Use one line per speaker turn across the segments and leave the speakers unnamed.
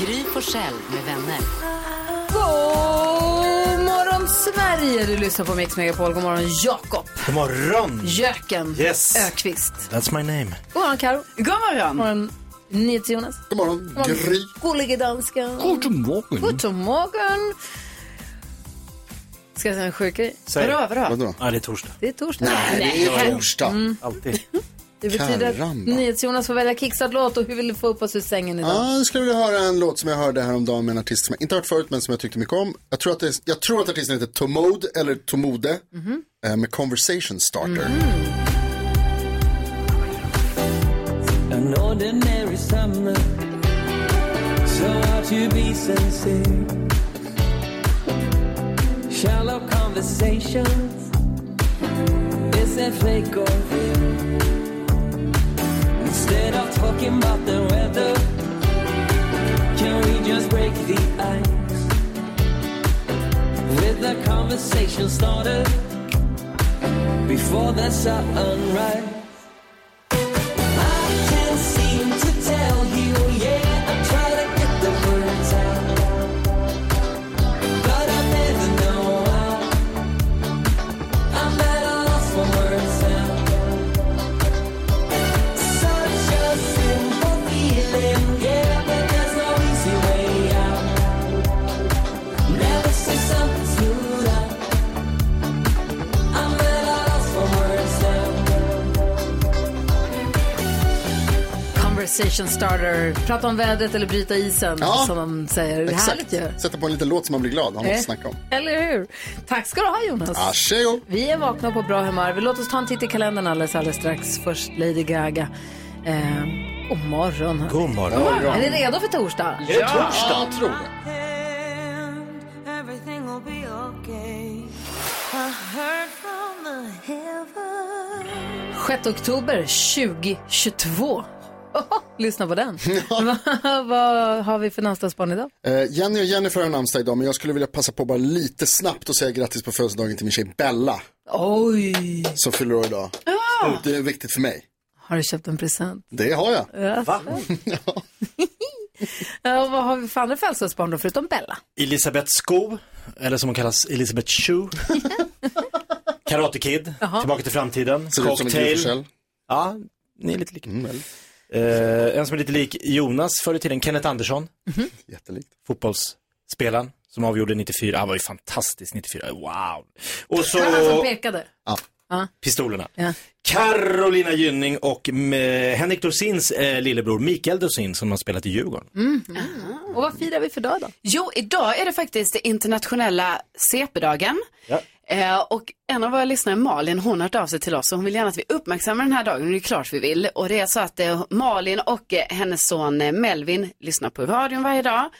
Gry Forssell med vänner.
God morgon Sverige! Du lyssnar på Mix Megapol. God morgon Jakob,
God morgon!
Jöken,
Yes.
Ökvist.
That's my name.
God morgon Karo. God morgon. God morgon Jonas. God morgon Gry. Gullige dansken. God morgon. God morgon. Ska jag säga en sjuk grej?
Säg. Vadå, Ja, det är torsdag.
Det är torsdag. Mm.
torsdag.
Alltid.
Det betyder att
Karamba.
NyhetsJonas får välja kickstart-låt och hur vill du få upp oss ur sängen idag?
Ja, jag skulle vilja höra en låt som jag hörde häromdagen med en artist som jag inte hört förut men som jag tyckte mycket om. Jag tror att, det, jag tror att artisten heter Tomode eller Tomode
Mhm.
eh, med Conversation Starter.
An ordinary summer, so hard to be sincere. Shallow conversations, is that fake or real? Instead of talking about the weather, can we just break the ice with a conversation started before the sunrise? I can't seem to tell you, yeah, I try to get the words out, but I never know how. I'm at a loss for words now. Such a simple feeling, yeah, but there's no easy way out. Never say something smooth out. I'm at a loss for words now.
Conversation starter. Prata om vädret eller bryta isen
Ja.
som de säger. Det är härligt
Exakt.
ju.
Sätta på en liten låt som man blir glad. Har något
Eh.
att snacka om. Ah,
Eller hur? Tack ska du ha Jonas.
Asheo.
Vi är vakna och på bra humör. Vi låt oss ta en titt i kalendern alldeles, alldeles strax. Först Lady Gaga. Eh, god morgon. hörni.
God morgon.
Är ni redo för torsdag?
Är det torsdag?
Ja, jag tror det.
Everything will be okay. I heard from the heaven.
6 oktober 2022. Oho, lyssna på den. Vad- Vad har vi för namnsdagsbarn idag?
Eh, Jenny och Jennifer har namnsdag idag men jag skulle vilja passa på bara lite snabbt och säga grattis på födelsedagen till min tjej Bella
Oj!
som fyller år idag. Oh, Det är viktigt för mig.
Har du köpt en present?
Det har jag.
Va?
Alltså.
Ja, och vad har vi för andra födelsedagsbarn då, förutom Bella?
Elisabeth Sko, eller som hon kallas, Elisabeth Shoe. Karate Kid, Tillbaka till framtiden,
Ser ut som en Gry
Cocktail.
Forssell.
Ja, ni är lite lika.
Mm, väldigt.
Eh, en som är lite lik Jonas förr i tiden, Kenneth Andersson,
Mhm.
Jättelikt.
fotbollsspelaren som avgjorde 94. Han var ju fantastisk 94, wow. Och så...
Han som pekade.
pistolerna.
Ja.
Carolina Gynning och eh, Henrik Dorsins eh, lillebror Mikael Dorsin som har spelat i Djurgården.
Mm. Och vad firar vi för dag då?
Mm. Jo, idag är det faktiskt internationella CP-dagen.
Ja.
Eh, och en av våra lyssnare, Malin, hon har hört av sig till oss och hon vill gärna att vi uppmärksammar den här dagen och det är klart vi vill. Och det är så att eh, Malin och eh, hennes son eh, Melvin lyssnar på radion varje dag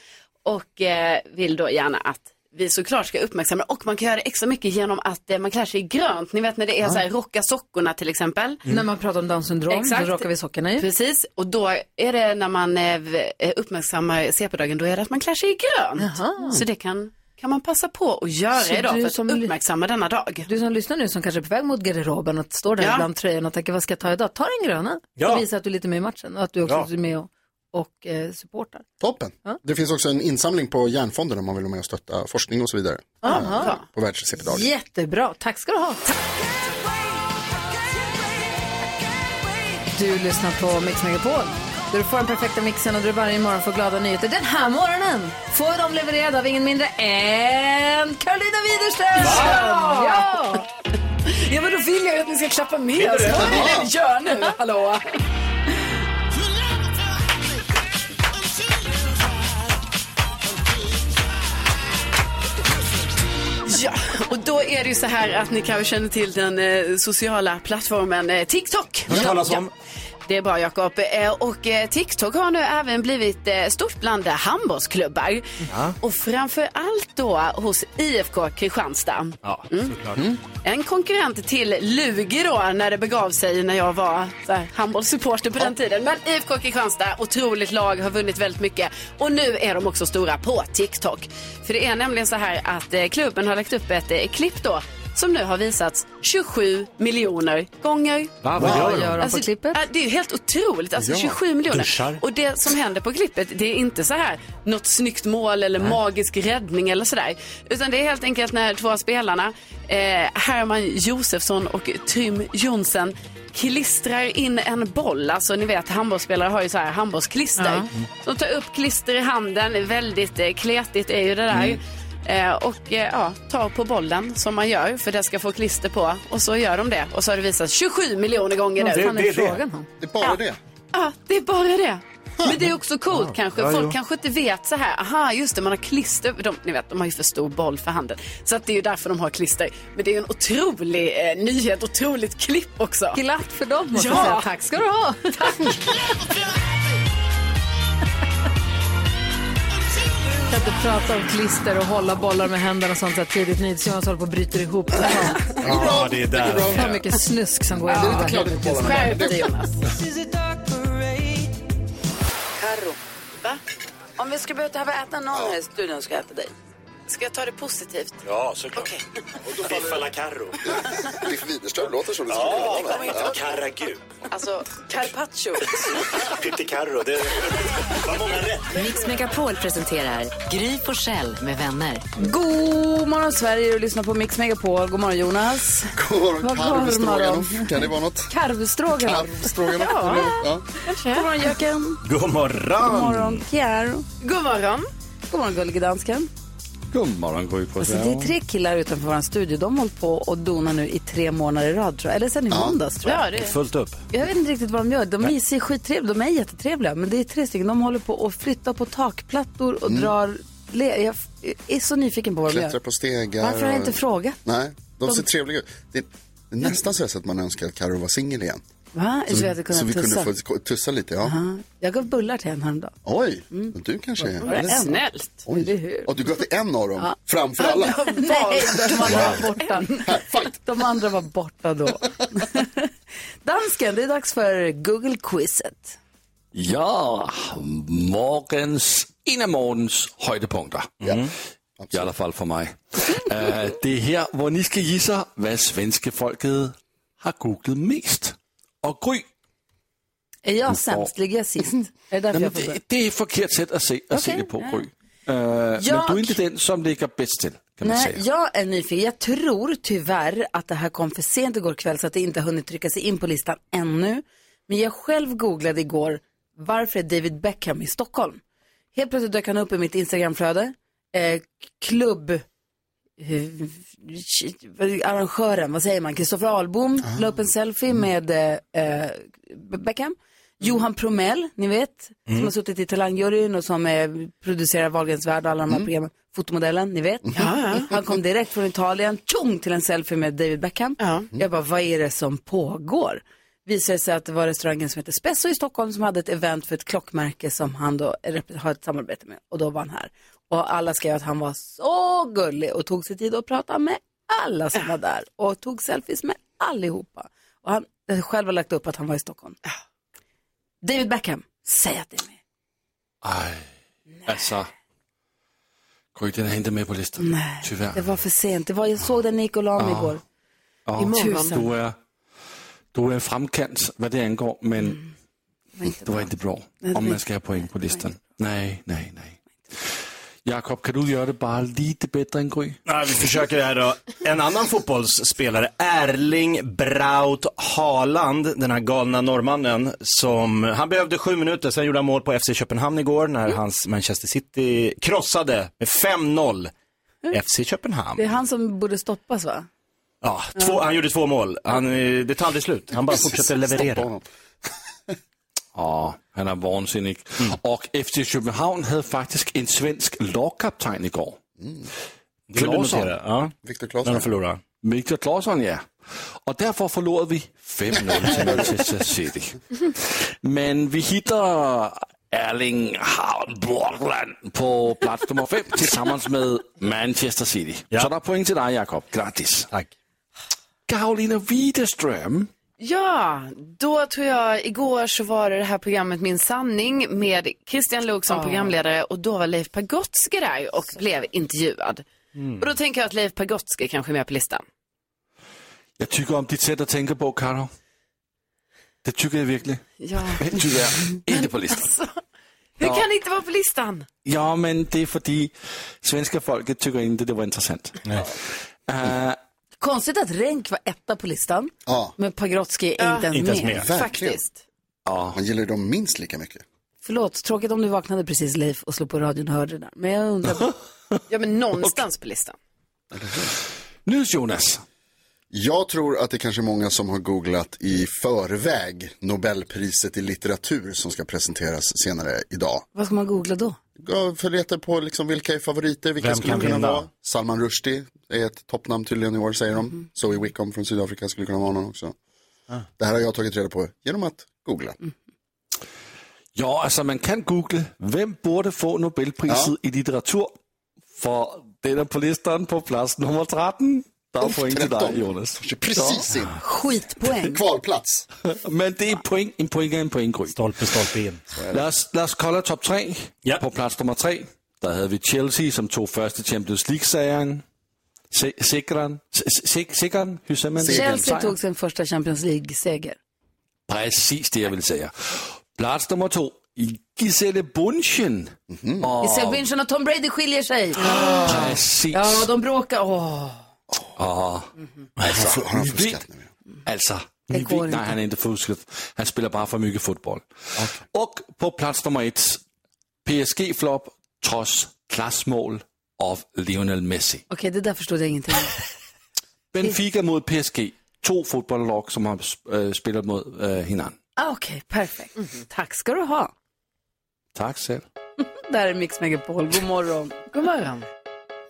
och eh, vill då gärna att vi såklart ska uppmärksamma det. och man kan göra det extra mycket genom att eh, man klär sig i grönt. Ni vet när det är så här rocka sockorna till exempel.
När man pratar om Downs syndrom,
Exakt.
då rockar vi sockorna ju.
Precis, och då är det när man eh, v- eh, uppmärksammar CP-dagen, då är det att man klär sig i grönt.
Jaha.
Så det kan, kan man passa på att göra
Så
idag
du
för att
som-
uppmärksamma denna dag.
Du som lyssnar nu som kanske är på väg mot garderoben och står där
Ja.
bland tröjorna och tänker vad ska jag ta idag? Ta den gröna
Ja.
och visa att du är lite med i matchen och att du också
Ja.
är med och, och eh, supportar.
Toppen.
Ja.
Det finns också en insamling på Hjärnfonden om man vill vara med och stötta forskning och så vidare.
Aha.
Eh, På världs-CP-dagen.
Jättebra, tack ska du ha. Du lyssnar på Mix Megapol. Där du får den perfekta mixen och där du varje morgon får glada nyheter. Den här morgonen får de levererade av ingen mindre än Karolina Widerström! Ja!
Ja men då vill jag ju att ni ska klappa med.
Ja.
Gör nu, hallå. Ja, och då är det ju så här att ni kanske känner till den eh, sociala plattformen eh, TikTok.
Hört talas om.
Det är bra Jakob. Eh, Och eh, TikTok har nu även blivit eh, stort bland eh, handbollsklubbar. Och framför allt då hos IFK Kristianstad.
Ja, såklart.
En konkurrent till Lugi då, när det begav sig när jag var så här, handbollssupporter på den tiden. Men IFK Kristianstad, otroligt lag, har vunnit väldigt mycket. Och nu är de också stora på TikTok. För det är nämligen så här att eh, klubben har lagt upp ett eh, klipp då som nu har visats 27 miljoner gånger.
Va? Vad gör de? Vad gör de på
klippet? Det är ju helt otroligt. Alltså
Ja.
27 miljoner.
Duschar.
Och det som händer på klippet, det är inte så här något snyggt mål eller magisk räddning eller sådär. Utan det är helt enkelt när två spelarna, eh, Herman Josefsson och Trym Jonsen, klistrar in en boll. Alltså ni vet handbollsspelare har ju så här handbollsklister. De tar upp klister i handen, väldigt eh, kletigt är ju det där.
Mm.
Eh, och eh, ja, tar på bollen som man gör för det ska få klister på. Och så gör de det. Och så har det visats 27 miljoner gånger nu.
Vad fan
det är
är
det.
frågan om?
Det är bara det.
Ja, Ah, det är bara det. Men det är också coolt kanske.
ja,
Folk
jo.
kanske inte vet så här. Aha, just det, man har klister. De, ni vet, de har ju för stor boll för handen. Så att det är ju därför de har klister. Men det är ju en otrolig eh, nyhet, otroligt klipp också.
Glatt för dem måste
Ja.
jag säga. Tack ska du ha. Kan inte prata om klister och hålla bollar med händerna och sånt så här tidigt. NyhetsJonas håller på och bryter ihop. totalt.
Ja, det är där. alltså.
bra.
Ja.
Så mycket snusk som går i huvudet.
Skärp dig Jonas.
This is a dark parade.
Karo. Va? Om vi ska behöva äta någon här i studion ska jag äta dig.
Ska jag ta det positivt?
Ja, såklart. Biffa la carro.
Biff Widerström låter som det skulle kunna vara. någon.
Carragu.
Alltså, carpaccio.
Pitti carro. Det var många rätt.
Mix Megapol presenterar Gry Forssell med vänner.
God morgon Sverige, du lyssnar på Mix Megapol. God morgon Jonas.
God morgon,
Vad
karvstroganoff. Kan det vara något?
Karvstroganoff.
Karvstroganoff? Ja. ja.
God morgon Jöken.
God
God
morgon!
morgon Kjär.
God morgon.
God morgon Gullige Dansken.
God morgon, går på
Alltså, det är tre killar utanför vår studio. De har hållit på och donar nu i tre månader i rad, tror jag. Eller sen i måndags, tror jag.
Ja, det.
Fullt upp.
Jag vet inte riktigt vad de gör. De är mysig, skittrevliga. De är jättetrevliga, men det är tre stycken. De håller på och flyttar på takplattor och drar... Le- jag f- är så nyfiken på vad de
Klättrar
gör.
på stegar.
Varför har jag inte
och-
frågat?
Nej, de ser trevliga ut. Det är det är nästan så att man önskar att Carro var singel igen.
Va? Så vi hade kunnat
så vi
tussa.
kunde få tussa lite, ja.
Ja, Jag gav bullar till en häromdagen.
Oj,
Mm.
men du kanske är...
Vad snällt.
Eller hur?
Oj, och du gav till en av dem framför alla.
Nej, de andra var borta.
Här, fight!
De andra var borta då. Dansken, det är dags för Google-quizet.
Ja, morgens, en av morgens höjdpunkter. I alla fall för mig. Eh, det är här hvor ni ska gissa vad svenska folket har googlat mest. Och Gry,
Är jag sämst? Ligger jag sist? Är det därför
nej,
jag får
men
börja?
det, det är ett fel sätt att se, att se det på, Gry. Eh,
Jag-
Men du är inte den som ligger bäst till, kan man
Nej,
säga.
jag är nyfiken. Jag tror tyvärr att det här kom för sent igår kväll så att det inte har hunnit trycka sig in på listan ännu. Men jag själv googlade igår, varför är David Beckham i Stockholm? Helt plötsligt dök han upp i mitt Instagramflöde. Eh, klubb... eh, shit, vad- Arrangören, vad säger man? Kristoffer Ahlbom
Ah.
la upp en selfie
Mm.
med eh, eh, Beckham. Johan Promell, ni vet,
Mm.
som har suttit i talangjuryn och som eh, producerar Wahlgrens värld och alla de här programmen. Fotomodellen, ni vet. Mm. Han kom direkt från Italien, tjong, till en selfie med David Beckham. Mm. Jag bara, vad är det som pågår? Visade sig att det var restaurangen som heter Spesso i Stockholm som hade ett event för ett klockmärke som han då rep- har ett samarbete med. Och då var han här. Och alla skrev att han var så gullig och tog sig tid att prata med alla som var där. Och tog selfies med allihopa. Och han eh, själv har lagt upp att han var i Stockholm. David Beckham, säg att det är med.
Ej, alltså. Gry, den är inte med på listan, Nej, tyvärr.
Det var för sent. Det var, jag såg den när jag gick och la mig igår.
Ja,
Imorgon.
Du är, du är framkant vad det angår, men Mm. det var inte bra. Om man ska ha poäng på listan. Nej, nej, nej. Jakob, kan du göra det bara lite bättre än Gry?
Nej, vi försöker det här då. En annan fotbollsspelare, Erling Braut Haaland, den här galna norrmannen som, han behövde sju minuter, sen gjorde han mål på FC Köpenhamn igår när hans Manchester City krossade med 5-0 FC Köpenhamn.
Det är han som borde stoppas va?
Ja, två, han gjorde två mål. Han, eh, det tar aldrig slut. Han bara fortsätter leverera.
Honom.
Ja, han är vansinnig. Och FC Köpenhamn hade faktiskt en svensk lagkapten igår.
Kul att notera. Ja,
Viktor
när de
Mm. Claesson.
förlorar.
Viktor Claesson, ja. Og derfor forlorede vi 5-0 til Manchester City. Men vi hitter Erling Haaland Brundtland på plads nummer 5 tillsammans med Manchester City. Så der er point till dig, Jakob. Grattis.
Tack.
Karolina Widerström.
Ja, då tror jag igår så var det det här programmet Min sanning med Christian Luuk som programledare och då var Leif Pagrotsky där och blev intervjuad. Och då tänker jag att Leif Pagrotsky kanske är med på listan.
Jag tycker om ditt sätt att tänka på, Karo. Det tycker jag verkligen.
Ja.
Men tyvärr, inte på listan.
Hur
Ja.
kan det inte vara på listan?
Ja, men det är fordi svenska folket tycker inte det var intressant. Eh,
Mm.
Konstigt att Renk var etta på listan,
Ja.
men Pagrotsky är inte ens med.
Faktiskt. Man gillar ju dem minst lika mycket.
Förlåt, tråkigt om du vaknade precis Leif och slog på radion och hörde det där. Men jag undrar,
Ja, men någonstans på listan.
Nu Jonas.
Jag tror att det kanske är många som har googlat i förväg Nobelpriset i litteratur som ska presenteras senare idag.
vad ska man googla då?
Ja, för letar på liksom vilka är favoriter, vilka
Vem
skulle
kan
kunna
vinna?
vara. Salman Rushdie är ett toppnamn tydligen i år säger de.
Mhm.
Zoe Wickham från Sydafrika skulle kunna vara någon också.
Ah.
Det här har jag tagit reda på genom att googla.
Mm. Ja, alltså man kan googla, vem borde få Nobelpriset i litteratur? För den är på listan på plats nummer 13. Där är poäng till dig
13.
Jonas.
Precis in.
Skitpoäng.
Kvalplats.
Men det är poäng, en poäng är en poäng. Gry.
Stolpe, stolpe in.
Lad os, lad os kolla top 3. På plats nummer 3, där hade vi Chelsea som tog första Champions League-serien. Se- Sikran, se- se- sikran, hur säger man?
Chelsea
Sejren.
tog sin första Champions League-seger.
Precis det jag vill säga. Plats nummer två, Giselle Bunchen.
Oh.
Och-
Isabel Bündchen och Tom Brady skiljer sig.
Precis.
Ja, och de bråkar. Åh,
Ja. Alltså,
Mhm. Har han
ni
fuskat
vet,
nu?
alltså,
Det
ni vet,
går
nej,
inte.
han är inte fuskat. Han spelar bara för mycket fotboll. Och på plats nummer ett, PSG-flopp trots klassmål av Lionel Messi.
Okej, det där förstod jag ingenting av.
Benfica mot PSG, två fotbollslag som har äh, spelat mot äh, hinanden.
Ah, Okej, perfekt.
Mhm.
Tack ska du ha.
Tack själv.
Där är Mix Megapol. God morgon.
God morgon.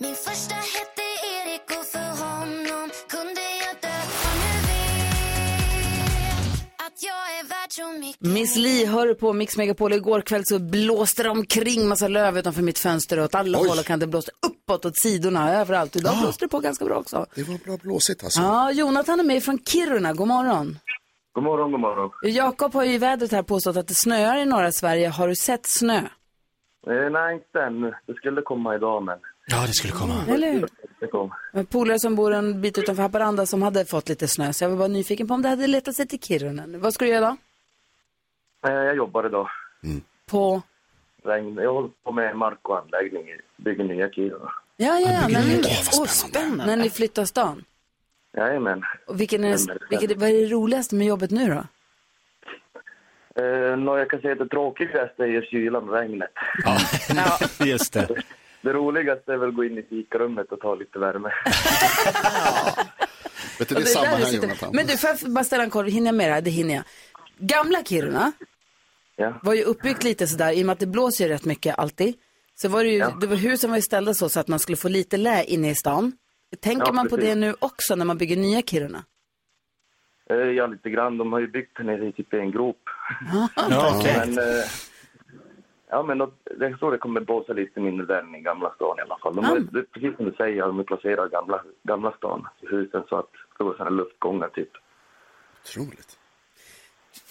Min första hette Erik och för honom kunde jag dö Och nu vet att jag är värd så mycket
Miss Li hör på Mix Megapol. Igår kväll så blåste det omkring massa löv utanför mitt fönster och åt alla
Oj. Ah.
håll och kanter. Det blåste uppåt, åt sidorna, överallt. Idag blåste det på ganska bra också.
Det var bra blåsigt alltså.
Ja, Jonathan är med från Kiruna. God morgon.
God morgon, god morgon.
Jakob har ju i vädret här påstått att det snöar i norra Sverige. Har du sett snö?
Eh, nej, inte ännu. Det skulle komma idag, men Mm.
Ja, det skulle komma.
Eller hur?
det kom.
En polare som bor en bit utanför Haparanda som hade fått lite snö. Så jag var bara nyfiken på om det hade letat sig till Kiruna. nu. Vad ska du göra då?
Eh, jag jobbar idag.
Mm.
På?
Regn. Jag håller på med mark och anläggning. Bygger nya Kiruna.
Ja, ja, ja. När ni, Åh,
spännande.
när ni flyttar stan.
Jajamän.
Och vilken är,
Stämmer,
vilket, vad är det roligaste med jobbet nu då?
Eh, nå, jag kan säga att det tråkigaste är ju kylan och regnet.
Just det.
Det roligaste är väl att gå in i fikarummet och ta lite värme.
Vet du,
Och
det är samma
där
här
sitter-
Jonathan.
Men du, får jag bara ställa en kort, hinner jag med det här? Det hinner jag. Gamla Kiruna
Ja.
var ju uppbyggt lite sådär, i och med att det blåser ju rätt mycket alltid. Så var det ju, det var, husen var ju ställda så, så att man skulle få lite lä inne i stan. Tänker
Ja,
man på
precis.
det nu också när man bygger nya Kiruna?
Eh, ja, lite grann. De har ju byggt den nere i typ en grop.
Ah,
Ja, okej.
Men, eh, ja, men då, jag tror det kommer blåsa lite mindre där än i Gamla stan i alla fall.
Ah.
De har, det, är precis som du säger, de har placerat gamla, gamla stan i husen så att det går sådana luftgångar typ.
Otroligt.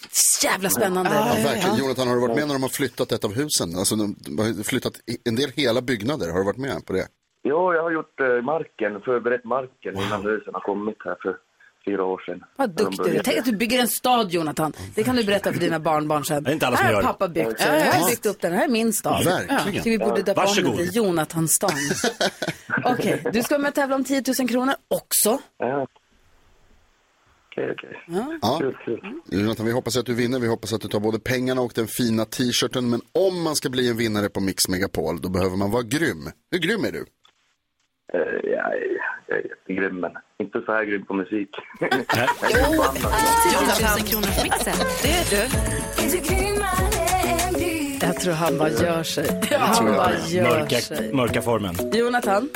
Jävla spännande!
Ja, verkligen. Jonathan, har du varit med när de har flyttat ett av husen? Alltså de de har flyttat i- en del hela byggnader. Har du varit med på det?
Jo, jag har gjort eh, marken, förberett marken innan husen har kommit här för fyra år sedan.
Vad duktig du är. Tänk att du bygger en stad, Jonathan. Det kan du berätta för dina barnbarn sen.
Det är inte alla som
här
gör
har
det.
pappa byggt. Här har jag byggt upp den. Här är min stad.
Verkligen.
Så vi borde döpa om den
Varsågod.
till Jonathanstan. Okej, du ska vara med och tävla om 10 000 kronor också.
Ja. Okej, okej.
Ja.
Kul, kul.
Jonathan, vi hoppas att du vinner. Vi hoppas att du tar både pengarna och den fina t-shirten. Men om man ska bli en vinnare på Mix Megapol, då behöver man vara grym. Hur grym är du?
Eh, jag, är- jag är jättegrym, men inte så här grym på musik. jag är grym på annat.
10 000 kronors mixen.
Det är du.
Jag tror han bara gör sig. Han bara gör sig.
Mörka, mörka formen.
Jonathan,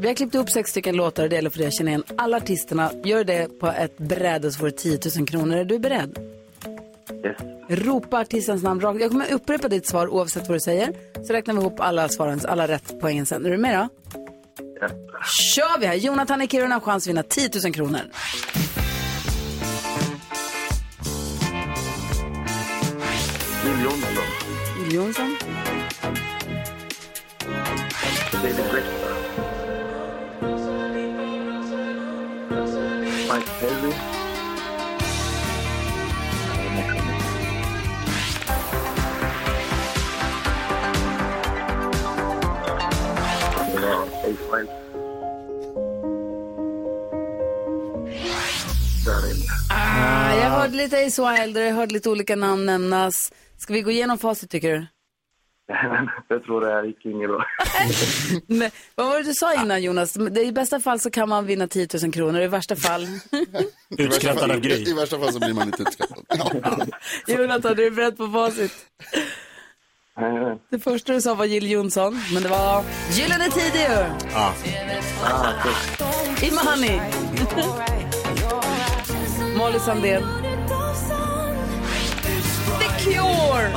Vi har klippt upp sex stycken låtar och det gäller för dig att känna igen alla artisterna. Gör det på ett bräde så får du 10 000 kronor. Är du beredd?
Yes.
Ropa artistens namn rakt. Jag kommer upprepa ditt svar oavsett vad du säger. Så räknar vi ihop alla svarens, alla rätt poängen sen. Är du med då?
Ja.
Kör vi här! Jonathan i Kiruna har chans att vinna 10 000 kronor.
Jill Johnson.
Jonsson.
David Guetta. Mike Perry. Ja, Ace Wilde. Darin.
Ah, jag hörde lite Ace Wilder, jag hörde lite olika namn nämnas. Ska vi gå igenom facit tycker du?
Jag tror det här gick inget bra.
Nej, vad var det du sa innan Jonas? Det, I bästa fall så kan man vinna 10 000 kronor, i värsta fall.
Utskrattad av Gry. I värsta fall så blir man lite utskrattad.
Jonathan, du är beredd på facit. Det första du sa var Jill Johnson, men det var Gyllene Tider
Ah.
ju. Imani. Molly Sandén. The Cure.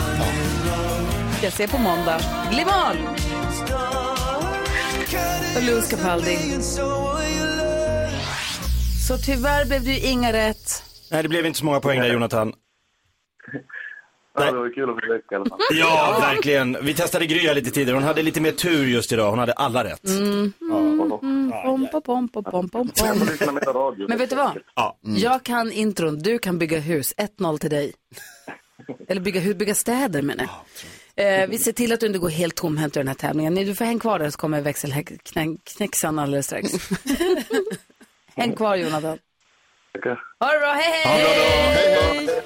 Jag ser på måndag. Limal. Och Louis Capaldi. Så tyvärr blev det ju inga rätt.
Nej, det blev inte så många poäng där Jonathan.
Ja, det var kul att försöka i alla fall.
Ja, verkligen. Vi testade Gry här lite tidigare. Hon hade lite mer tur just idag. Hon hade alla rätt.
Mm. Mm. Pom, pom, pom, pom, pom, pom. Men vet du vad?
Ja.
Jag kan intron, du kan bygga hus. 1-0 till dig. Eller bygga, hus, bygga städer menar jag. Eh, vi ser till att du inte går helt tomhänt ur den här tävlingen. Nej, Du får häng kvar där så kommer växelknäcksan alldeles strax. häng kvar Jonathan. Ha det bra, hej hej!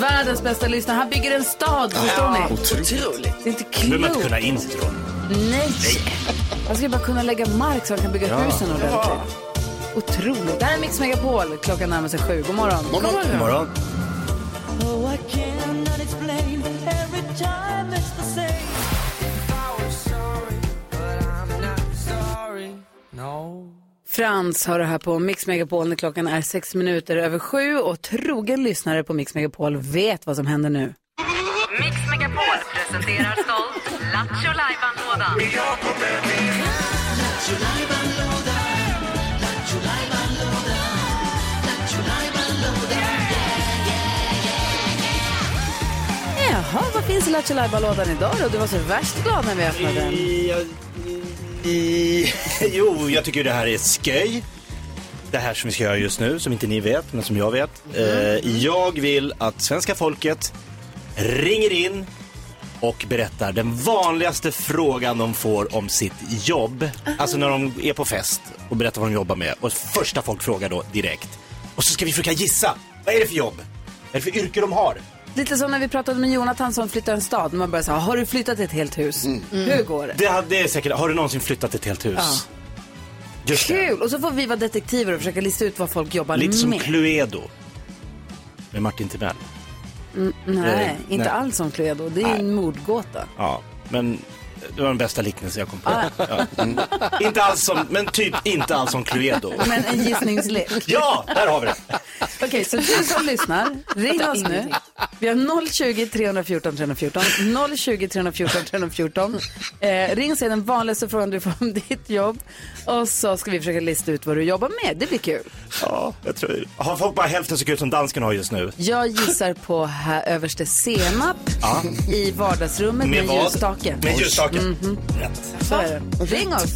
Världens bästa lyssnare, han bygger en stad, förstår ni? Det är inte
Nu behöver man
klokt.
inte kunna intron.
Nej! Man ska ju bara kunna lägga mark så han kan bygga
Ja.
husen ordentligt. Otroligt. Det här är Mix Megapol, klockan närmar sig sju. God morgon. God morgon.
God morgon.
Oh, I cannot explain. Every time it's the same. If I was sorry, but I'm not sorry.
Frans har det här på Mix Megapol när klockan är sex minuter över sju och trogen lyssnare på Mix Megapol vet vad som händer nu.
Mix Megapol presenterar stolt Lattjo Lajban-lådan.
Jaha, vad finns i Lattjo Lajban-lådan idag då? Du var så värst glad när vi öppnade den.
I... Jo, jag tycker det här är sköj. Det här som vi ska göra just nu, som inte ni vet, men som jag vet. Eh, jag vill att svenska folket ringer in och berättar den vanligaste frågan de får om sitt jobb. Alltså när de är på fest och berättar vad de jobbar med. Och första folk frågar då direkt. Och så ska vi försöka gissa. Vad är det för jobb? Vad är det för yrke de har?
Lite som när vi pratade med Jonathan som flyttar en stad. Man börjar säga, har du flyttat ett helt hus?
Mm.
Hur går det?
Det, hade- det är säkert, har du någonsin flyttat ett helt hus? Just det.
Kul! Och så får vi vara detektiver och försöka lista ut vad folk jobbar
Lite
med.
som Cluedo. Med Martin Timell.
Mm, nej,
Nej,
inte
nej.
alls som Cluedo. Det är en mordgåta.
Ja, men det var den bästa liknelsen jag kom på.
Ah.
Ja. Mm. inte alls som, men typ inte alls som Cluedo.
Men en gissningslek.
Ja, där har vi det.
Okej, så du som lyssnar, ring oss nu. Vi har 020 314 314, 020 314 314. Eh, ring sig den vanligaste frågan du får om ditt jobb och så ska vi försöka lista ut vad du jobbar med. Det blir kul.
Ja, jag tror Har folk bara hälften så kul som dansken har just nu?
Jag gissar på här överste senap
Ja.
i vardagsrummet med,
Med vad?
ljusstake.
Med ljusstake.
Mhm.
Rätt.
Så är det. Ring oss.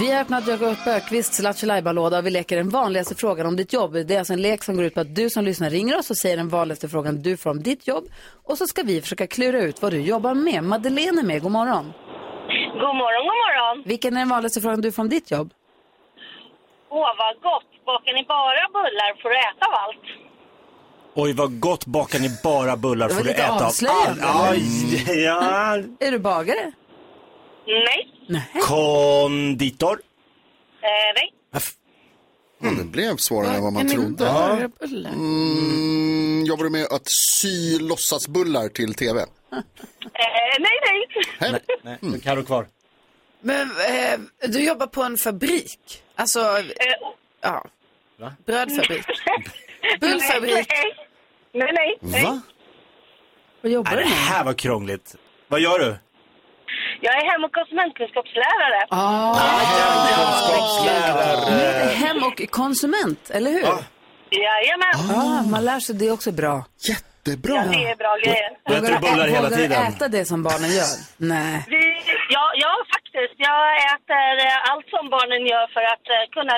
Vi har öppnat Jakob Björkqvists Lattjo Lajban-låda och vi leker den vanligaste frågan om ditt jobb. Det är alltså en lek som går ut på att du som lyssnar ringer oss och säger den vanligaste frågan du får om ditt jobb. Och så ska vi försöka klura ut vad du jobbar med. Madeleine är med, god morgon.
God morgon, god morgon.
Vilken är den vanligaste frågan du får om ditt jobb?
Åh, vad gott. Bakar ni bara bullar får du äta av allt.
Oj, vad gott bakar ni bara bullar
Det var
får du
lite
äta av allt.
avslöjande.
Aj, ja.
Är du bagare?
Nej.
Konditor.
Eh, nej.
Mm. Det blev svårare än vad man
Kan ni
trodde.
bara
Ja.
bullar?
Mm, jobbade med att sy låtsasbullar till tv.
Eh, nej, nej.
Nej,
nej. Carro kvar.
Men eh, du jobbar på en fabrik? Alltså, ja.
Va?
Brödfabrik? Bullfabrik?
Nej, nej. nej.
Va?
Vad jobbar
det här var krångligt. Vad gör du?
Jag är hem och konsumentkunskapslärare.
Ah. Nu är det hem och konsument, eller hur?
Jajamän.
Ah, man lär sig det är också bra.
Jättebra.
Ja, det är bra grejer.
Då äter du
bullar hela tiden.
äta det som barnen gör? Nej.
Vi, ja, ja, faktiskt. Jag äter eh, allt som barnen gör för att eh, kunna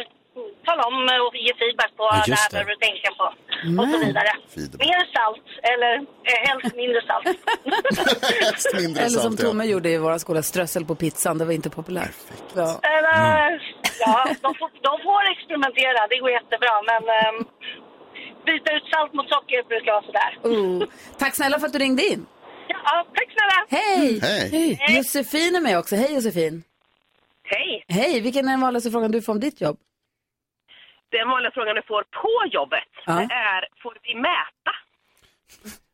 tala om eh, och ge feedback på
Ja,
vad
just
det här
det.
behöver du tänka på och så
Mm.
vidare. Mer salt, eller eh, helst mindre salt.
Eller som Tomme gjorde i vår skola, strössel på pizzan, det var inte populärt. Ja.
Eller, ja, de får, de får experimentera, det går jättebra, men ehm, byta ut salt mot socker brukar vara sådär.
Oh. Tack snälla för att du ringde in.
Ja, tack snälla.
Mm,
Hej!
Hej.
Josefin är med också. Hej Josefin!
Hej!
Hej! Vilken är den vanligaste frågan du får om ditt jobb?
Den vanliga frågan du får på jobbet
Ja.
det är, får vi mäta?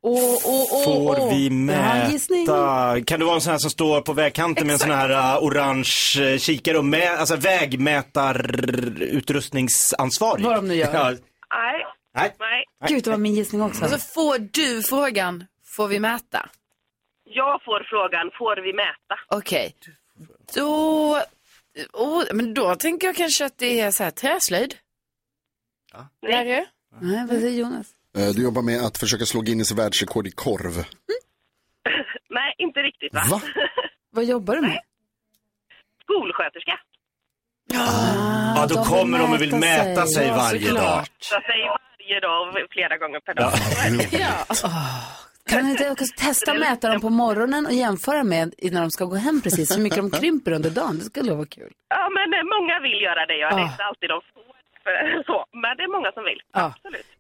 Åh, åh, åh,
Får
åh.
vi
Det här är en gissning.
mäta? Kan du vara en sån här som står på vägkanten med en sån här uh, orange uh, kikare och mä- alltså vägmätarutrustningsansvarig?
Vad de nu gör.
Ja.
Nej.
Nej.
Nej.
Gud, det var min gissning också.
Alltså får du frågan, får vi mäta?
Jag får frågan, får vi mäta?
Okej. Då, oh, men då tänker jag kanske att det är så här träslöjd. Lärare?
Nej, vad säger Jonas?
Eh, Du jobbar med att försöka slå Guinness världsrekord i korv.
Nej, inte riktigt va?
Va?
Vad jobbar du med?
Skolsköterska.
Ja, då kommer de och vill mäta sig, varje dag.
Mäta sig varje dag och flera gånger per dag.
Kan ni inte också testa att mäta dem på morgonen och jämföra med i- när de ska gå hem precis, hur mycket de krymper under dagen? Det skulle vara kul.
Ja, men eh, många vill göra det. Ja. Det är
Ah.
inte alltid de får. för- Så, men det är många som vill.
Ja.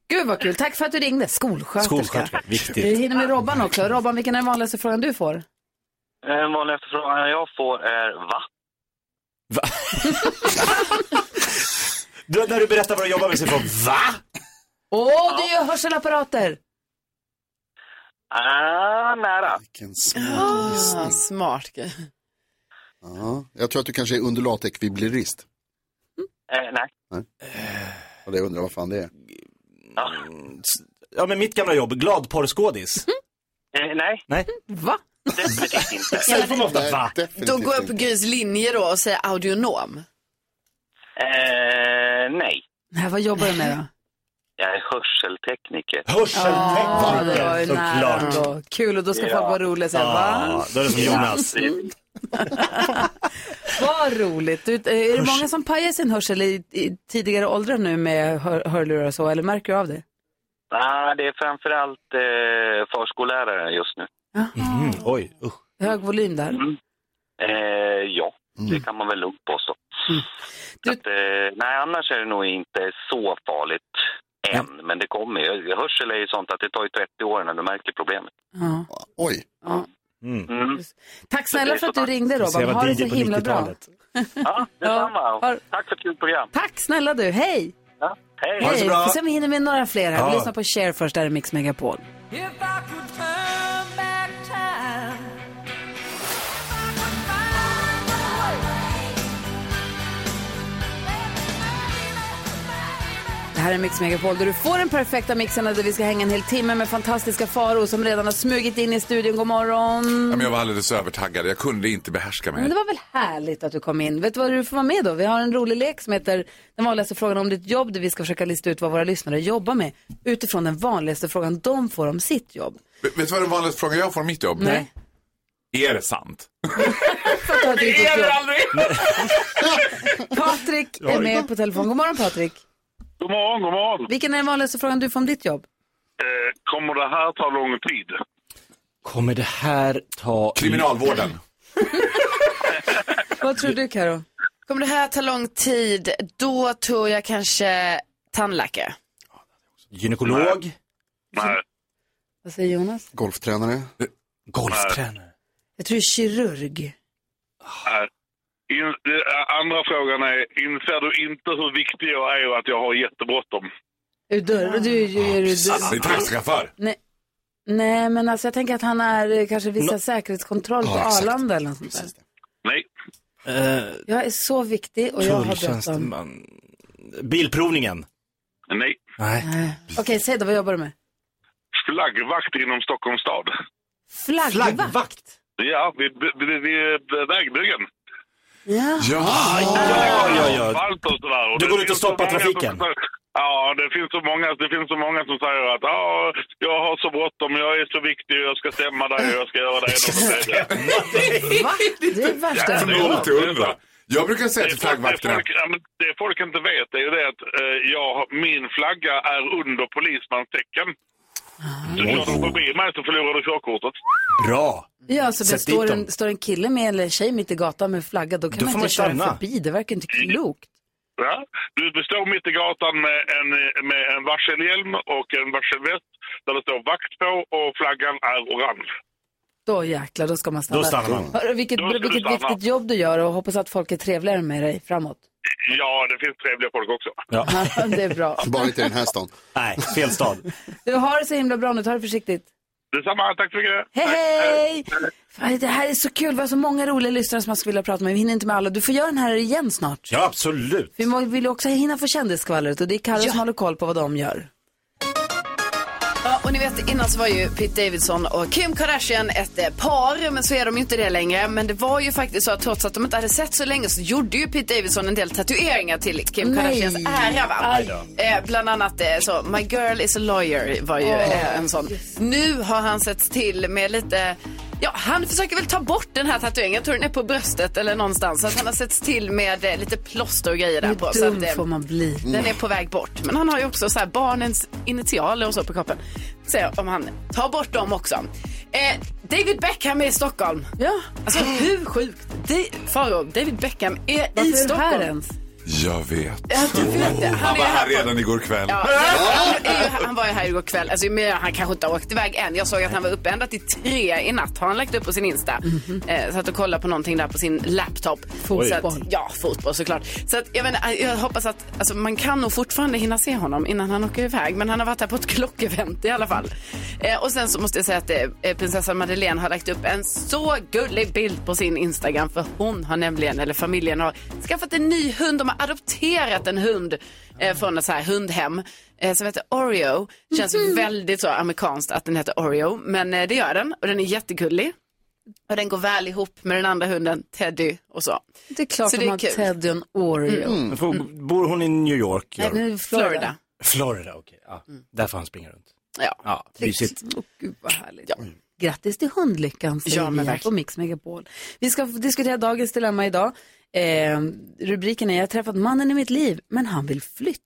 Gud vad kul, tack för att du ringde. Skolsköterska.
Skolsköterska,
viktigt.
Vi hinner med Robban också. Robban, vilken är den vanligaste frågan du får?
En vanlig efterfrågan jag får är va?
Du, när du berättar vad du jobbar med så får va?
Åh, du gör hörselapparater!
Ah, nära.
Vilken smart
Ah, smart grej.
Ja, jag tror att du kanske är undulatekvilibrist.
Eh, nej.
Nej. Och det jag undrar vad fan det är.
Mm, Ja, men mitt gamla jobb, gladporrskådis.
ah. Eh, nej.
Nej.
Va?
Definitivt inte.
Sen får man ofta va?
Då går jag på Grys linje då och säger audionom.
Eh, nej.
Nej, vad jobbar du med då?
Jag är hörseltekniker.
Ja, det var ju nära ändå. Kul, och då ska
Ja.
folk vara roliga och säga va?
då är det som Jonas.
Mm.
Vad roligt. Du, eh, är det
Hörs-
många som pajar sin hörsel i, i tidigare åldrar nu med hör, hörlurar och så, eller märker du av det?
Nej, det är framförallt eh, förskollärare just nu.
Mhm.
Oj, usch.
Hög volym där.
Mm. Eh, ja,
Mm.
det kan man väl lugnt påstå. Så Att, eh, nej, annars är det nog inte så farligt än, men det kommer ju. Hörsel är ju sånt att det tar ju 30 år innan du märker problemet.
Ja.
Oj.
Ja.
Mm.
Tack snälla för att du ringde
Ska se
Robban.
vad
Ha det så
DJ på
himla bra.
90-talet. Ja, detsamma. Tack för ett kul program.
Tack snälla du, hej!
Ja, hej.
Hej, får se om vi hinner med några fler här. Vi
Ja.
lyssnar på Cher först, där är Mix Megapol.
If I could turn back time.
Det här är Mix Megapol där du får den perfekta mixen där vi ska hänga en hel timme med fantastiska faror som redan har smugit in i studion. God morgon!
Ja, men jag var alldeles övertaggad. Jag kunde inte behärska mig.
Men det var väl härligt att du kom in. Vet du vad du får vara med då? Vi har en rolig lek som heter Den vanligaste frågan om ditt jobb där vi ska försöka lista ut vad våra lyssnare jobbar med utifrån den vanligaste frågan de får om sitt jobb.
Vet vet du vad den vanligaste frågan jag får om mitt jobb?
Nej.
Är det sant?
Fattar du inte
Det
ditt
gäller
jobb?
aldrig.
Patrik är med på telefon. God morgon Patrik!
God morgon, god morgon.
Vilken är den vanligaste frågan du får om ditt jobb?
Eh, kommer det här ta lång tid?
Kommer det här ta...
Kriminalvården.
Vad tror du Karo?
Kommer det här ta lång tid? Då tror jag kanske tandläkare.
Gynekolog.
Nej.
Vad säger Jonas?
Golftränare.
Golftränare.
Jag tror kirurg.
Nej. In, eh, andra frågan är, inser du inte hur viktig jag är och att jag har jättebråttom?
Ur dörren, du, du, du, du,
Det är taxichaufför.
Nej. Nej, men alltså jag tänker att han är eh, kanske visar
Nå-
säkerhetskontroll på
Ja, exakt.
Arlanda eller något sånt där.
Nej.
Jag är så viktig och jag har bråttom.
Eh, Tulltjänsteman. Bilprovningen.
Nej.
Nej.
Okej, säg då, vad jobbar du med?
Flaggvakt inom Stockholms stad.
Flaggvakt?
Ja, vid, vid, vid vägbyggen.
Ja.
Ja, ja, ja, ja.
Allt och sådär. Och
Du
det
går ut och
finns så
stoppar
många som
trafiken.
säger- Ja, det finns, så många, det finns så många som säger att ah, jag har så bråttom, jag är så viktig, jag ska stämma dig och jag ska göra det ena och det andra.
Va? Det är värsta
Som är
Ja, det är
återundra. Jag brukar säga till
Det
flaggvakterna,
folk, ja, men det folk inte vet är ju det att eh, jag, har- min flagga är under polismans tecken. Så kör du förbi mig så förlorar du körkortet.
Ah. Bra.
Ja, så det
Sätt dit
står
dem.
en, står en kille med eller tjej mitt i gatan med flagga, då kan
Då
man
får man
inte köra
stanna.
förbi. Det verkar inte klokt.
Ja? Du består mitt i gatan med en, med en varselhjälm och en varselväst där det står vakt på och flaggan är orange.
Då jäklar, då ska man stanna.
Då stannar man.
Hörru, vilket
Då ska du
vilket
stanna.
viktigt jobb du gör och hoppas att folk är trevligare med dig framåt.
Ja, det finns trevliga folk också.
Ja.
det är bra.
Bara inte i den här stan.
Nej, fel stad.
Du har det så himla bra nu, ta det försiktigt.
Detsamma, tack så mycket.
Hej, hej! Fan, Det här är så kul, vi har så många roliga lyssnare som man skulle vilja prata med. Vi hinner inte med alla. Du får göra den här igen snart.
Ja, absolut.
Vi må- vill ju också hinna få kändisskvallret och det är Karla som håller koll på vad de gör.
Ja, och ni vet, innan så var ju Pete Davidson och Kim Kardashian ett eh, par, men så är de ju inte det längre. Men det var ju faktiskt så att trots att de inte hade sett så länge så gjorde ju Pete Davidson en del tatueringar till Kim
Nej.
Kardashians ära. Va?
Aj då.
Eh, bland annat eh, så, My girl is a lawyer var ju
Åh,
eh, en sån. Nu har han setts till med lite Ja, han försöker väl ta bort den här tatueringen. Jag tror den är på bröstet eller någonstans. Så att han har setts till med eh, lite plåster och grejer där
Hur
på.
dum
så att, eh,
får man bli?
Den är på väg bort. Men han har ju också så här barnens initialer och så på kroppen. Se om han tar bort dem också. Eh, David Beckham är i Stockholm.
Ja.
Alltså hur sjukt? Da- Faro, David Beckham är i
Varför är du
Stockholm.
här ens?
jag vet.
Ja, du vet det. Han
Han
är
var
här
här
på-
redan igår kväll.
Ja, han, är ju, han var ju här igår kväll. Alltså, men han kanske inte har åkt iväg än. Jag såg att han var uppe ända till tre i natt. Har han lagt upp på sin Insta.
Mhm.
Eh, satt och kollade på någonting där på sin laptop.
Fotboll.
Så att, ja, fotboll såklart. Så att, jag, menar, jag hoppas att alltså, man kan nog fortfarande hinna se honom innan han åker iväg. Men han har varit här på ett klockevent i alla fall. Eh, och sen så måste jag säga att eh, prinsessan Madeleine har lagt upp en så gullig bild på sin Instagram. För hon har nämligen, eller familjen har skaffat en ny hund. De har adopterat en hund eh, från ett så här hundhem eh, som heter Oreo. Känns väldigt så amerikanskt att den heter Oreo. Men eh, det gör den och den är jättegullig. Och den går väl ihop med den andra hunden Teddy och så.
Det är klart
Så
att
det är
man
kul.
har Teddy och en Oreo.
Mm. Får- Bor hon i New York?
Nej, Mm.
gör hon?
men Florida. Florida.
Florida, okej. Ja. Där får han springa runt.
Ja.
ja mysigt.
Gud vad härligt. Grattis till hundlyckan säger
Ja, men
vi här på
verkligen.
Mix Megapol. Vi ska diskutera dagens dilemma idag. Eh, rubriken är Jag har träffat mannen i mitt liv, men han vill flytta.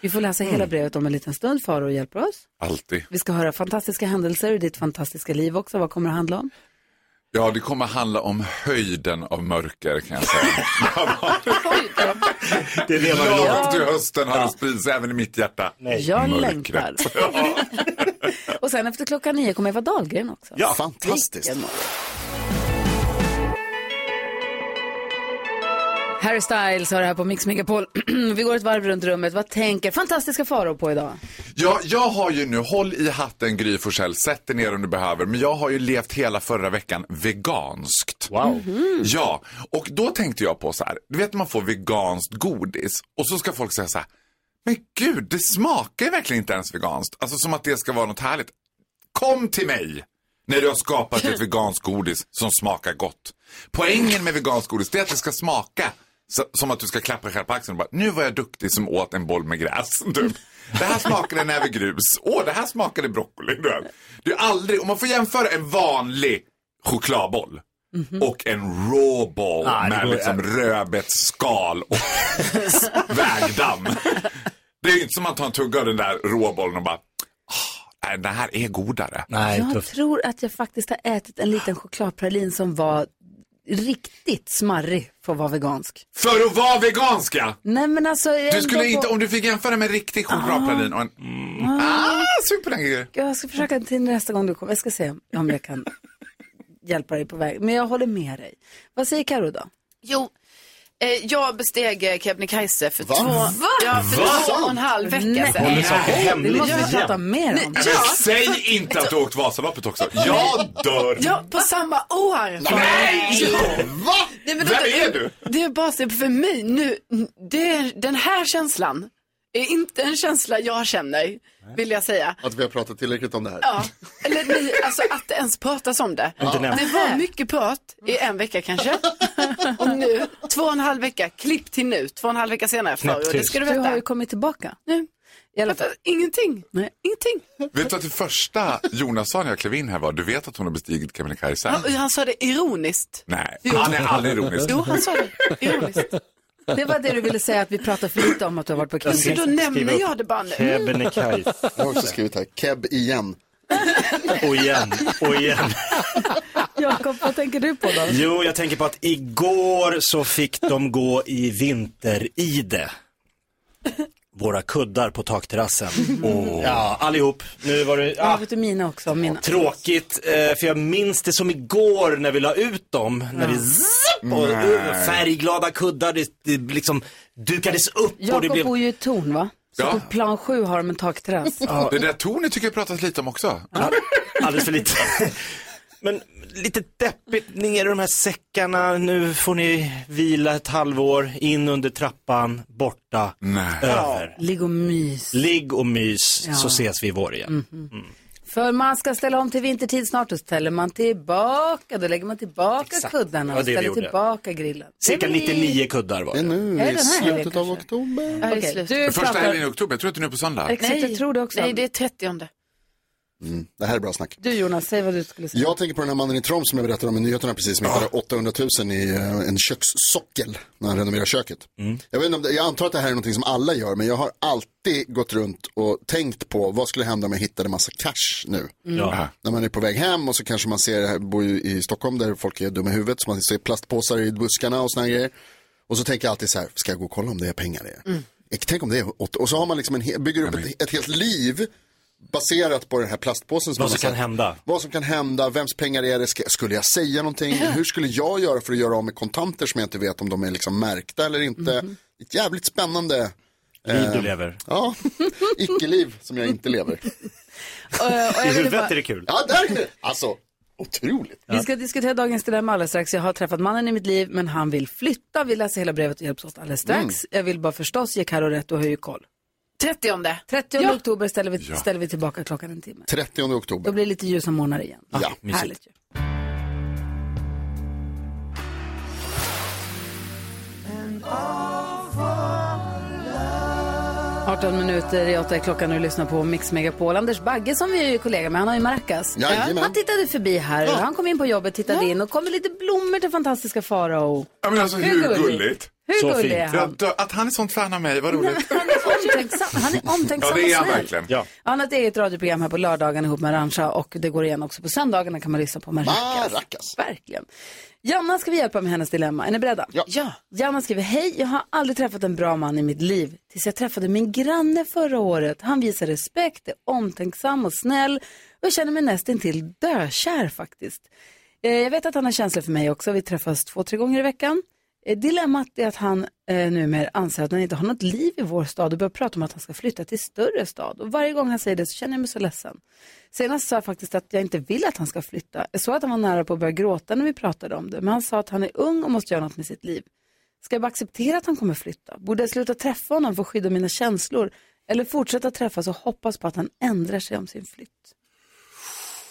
Vi får läsa hela brevet om en liten stund. Faro hjälper oss.
Alltid.
Vi ska höra fantastiska händelser i ditt fantastiska liv också. Vad kommer det handla om?
Ja, det kommer handla om höjden av mörker kan jag säga.
det är det man vill
Lagom
åt.
till hösten har det spridit sig även i mitt hjärta.
Nej.
Jag
Mörkret.
längtar. Och sen efter klockan nio kommer Eva Dahlgren också.
Ja, fantastiskt.
Vilken morgon. Harry Styles har det här på Mix Megapol. Vi går ett varv runt rummet. Vad tänker fantastiska Faro på idag?
Ja, jag har ju nu, håll i hatten Gry Forssell, sätt dig ner om du behöver, men jag har ju levt hela förra veckan veganskt.
Wow.
Ja, och då tänkte jag på så här, du vet man får veganskt godis och så ska folk säga så här, men gud, det smakar ju verkligen inte ens veganskt. Alltså som att det ska vara något härligt. Kom till mig när du har skapat ett veganskt godis som smakar gott. Poängen med veganskt godis det är att det ska smaka så, som att du ska klappa dig själv på axeln och bara, nu var jag duktig som åt en boll med gräs. Typ. Det här smakade näve grus. Åh, det här smakade broccoli. Du vet. Det är aldrig, om man får jämföra en vanlig chokladboll
Mhm.
och en raw ball
Ah, Mm. det
med
går-
liksom rödbetsskal och vägdamm. Det är ju inte som att ta en tugga av den där råbollen och bara, "Ah, nej, den här är godare.
Nej,
Jag tror att jag faktiskt har ätit en liten chokladpralin som var riktigt smarrig för att vara vegansk.
För att vara veganska!
Nej men alltså...
Du
ändå
skulle inte,
på-
om du fick jämföra med en riktig chokladpralin och en... Mm. Ah, sug på den grejen.
Jag ska försöka till nästa gång du kommer. Jag ska se om jag kan hjälpa dig på väg. Men jag håller med dig. Vad säger Karo då?
Jo, eh, jag besteg eh, Kebnekaise för
Va?
två,
Va?
Ja, för
Va?
två och en halv vecka
Nej.
sedan.
Håller sig hemligt
Det måste vi
igen.
prata mer om.
Men säg inte att du har åkt Vasaloppet också. Jag dör.
Ja, på samma år!
Nej!
Va? Nej,
Vem
men vänta,
är du?
Det är bara så för mig nu, det är, den här känslan är inte en känsla jag känner, vill jag säga.
Att vi har pratat tillräckligt om det här.
Ja, eller ni, alltså att det ens pratas om det.
Inte nämnt.
Det var mycket prat i en vecka kanske. Och nu, två och en halv vecka, klipp till nu, två och en halv vecka senare. För, det ska du veta.
har ju kommit tillbaka.
Nu. I alla fall. Ingenting. Nej. Ingenting.
Vet du att det första Jonas sa när jag klev in här var, du vet att hon har bestigit Kebnekaise?
Han, han sa det ironiskt.
Nej,
Jo.
han är aldrig ironisk.
Jo, han sa det ironiskt.
Det var det du ville säga att vi pratar för lite om att du har varit på
Så då
kebnekaise.
nämner jag det bara nu.
Jag har också skrivit här, Keb igen.
Och igen, och igen.
Jakob, vad tänker du på då?
Jo, jag tänker på att igår så fick de gå i vinteride. Våra kuddar på takterrassen. Ja, allihop. Nu var det...
Jag
ah,
vet du mina också, om mina.
Tråkigt, eh, för jag minns det som igår när vi la ut dem. När vi zip, och
Nej.
uh, färgglada kuddar, det, det liksom dukades upp och det
Jakob
blev...
bor ju i ett torn va? Så
Ja.
på plan sju har de en takterrass.
Ja, Det där tornet tycker jag pratas lite om också.
Alldeles för lite. Men lite deppigt ner i de här säckarna. Nu får ni vila ett halvår, in under trappan, borta, över.
Ligg och mys.
Ligg och mys,
Ja.
så ses vi i vår igen.
För man ska ställa om till vintertid snart, då ställer man tillbaka, då lägger man tillbaka
Exakt.
kuddarna
Det
och
var det vi
ställer
gjorde.
tillbaka grillen.
Cirka
Det blir-
99 kuddar var det.
Det är nu
Är det den här helgen kanske?
oktober.
Okej, du
Första helgen i
pratar...
oktober, jag tror att det är nu på söndag.
Exakt, jag tror det också.
Nej, det är 30 om det.
Mm, det här är bra snack.
Du Jonas, säg vad du skulle säga.
Jag tänker på den här mannen i Troms som jag berättade om i nyheterna precis, som hittade 800 000 i eh, en kökssockel när han renoverar köket. Jag, vet inte om det, jag antar att det här är någonting som alla gör, men jag har alltid gått runt och tänkt på vad skulle hända om jag hittade massa cash nu.
Mm. Ja.
När man är på väg hem och så kanske man ser, jag bor ju i Stockholm där folk är dumma i huvudet, så man ser plastpåsar i buskarna och såna här grejer. Och så tänker jag alltid så här, ska jag gå och kolla om det är pengar i det? Eh, Tänk om det är åt- Och så har man liksom en, he- bygger upp ett, ett helt liv baserat på den här plastpåsen.
Vad
man
som kan
har sett.
hända.
Vad som kan hända, vems pengar är det, ska, skulle jag säga någonting? Hur skulle jag göra för att göra av med kontanter som jag inte vet om de är liksom märkta eller inte?
Mhm.
Ett jävligt spännande.
Liv du
eh,
lever.
Ja, icke-liv som jag inte lever.
Och- och jag ville bara-
det kul.
Ja, där är det. Alltså, otroligt.
Vi ska diskutera dagens dilemma alldeles strax. Jag har träffat mannen i mitt liv, men han vill flytta. Vi läser hela brevet och hjälps åt alldeles strax.
Mm.
Jag vill bara förstås ge Carro rätt och har ju koll.
30 om det.
30
Ja.
oktober ställer vi,
Ja.
ställer vi tillbaka klockan en timme.
30 oktober.
Då blir det lite ljusa månader igen.
Ja,
Härligt ju.
And all for love.
18 minuter i 8 är klockan och du lyssnar på Mix Megapol. Anders Bagge som vi är ju kollega med, han har ju Maracas.
Jajamän.
Han tittade förbi här,
Ja.
han kom in på jobbet, tittade in och kom med lite blommor till fantastiska Farao.
Ja, men alltså, hur gulligt?
Hur Så gullig är fint. han?
Jag dör- Att han är sånt fan av mig, vad roligt.
Omtänksam, han är
Ja,
omtänksam
det är
och
han
snäll.
verkligen. Ja.
Han har ett eget radioprogram här på lördagen ihop med Arantxa och det går igen också på söndagarna kan man lyssna på Maracas. Verkligen. Janna ska vi hjälpa med hennes dilemma. Är ni beredda?
Ja.
Janna skriver, hej, jag har aldrig träffat en bra man i mitt liv tills jag träffade min granne förra året. Han visar respekt, är omtänksam och snäll och jag känner mig nästintill dökär faktiskt. Eh, jag vet att han har känslor för mig också, vi träffas två, tre gånger i veckan. Eh, dilemmat är att han eh, numera anser att han inte har något liv i vår stad och börjar prata om att han ska flytta till större stad. Och varje gång han säger det så känner jag mig så ledsen. Senast sa jag faktiskt att jag inte vill att han ska flytta. Jag såg att han var nära på att börja gråta när vi pratade om det, men han sa att han är ung och måste göra något med sitt liv. Ska jag bara acceptera att han kommer flytta? Borde jag sluta träffa honom för att skydda mina känslor? Eller fortsätta träffas och hoppas på att han ändrar sig om sin flytt?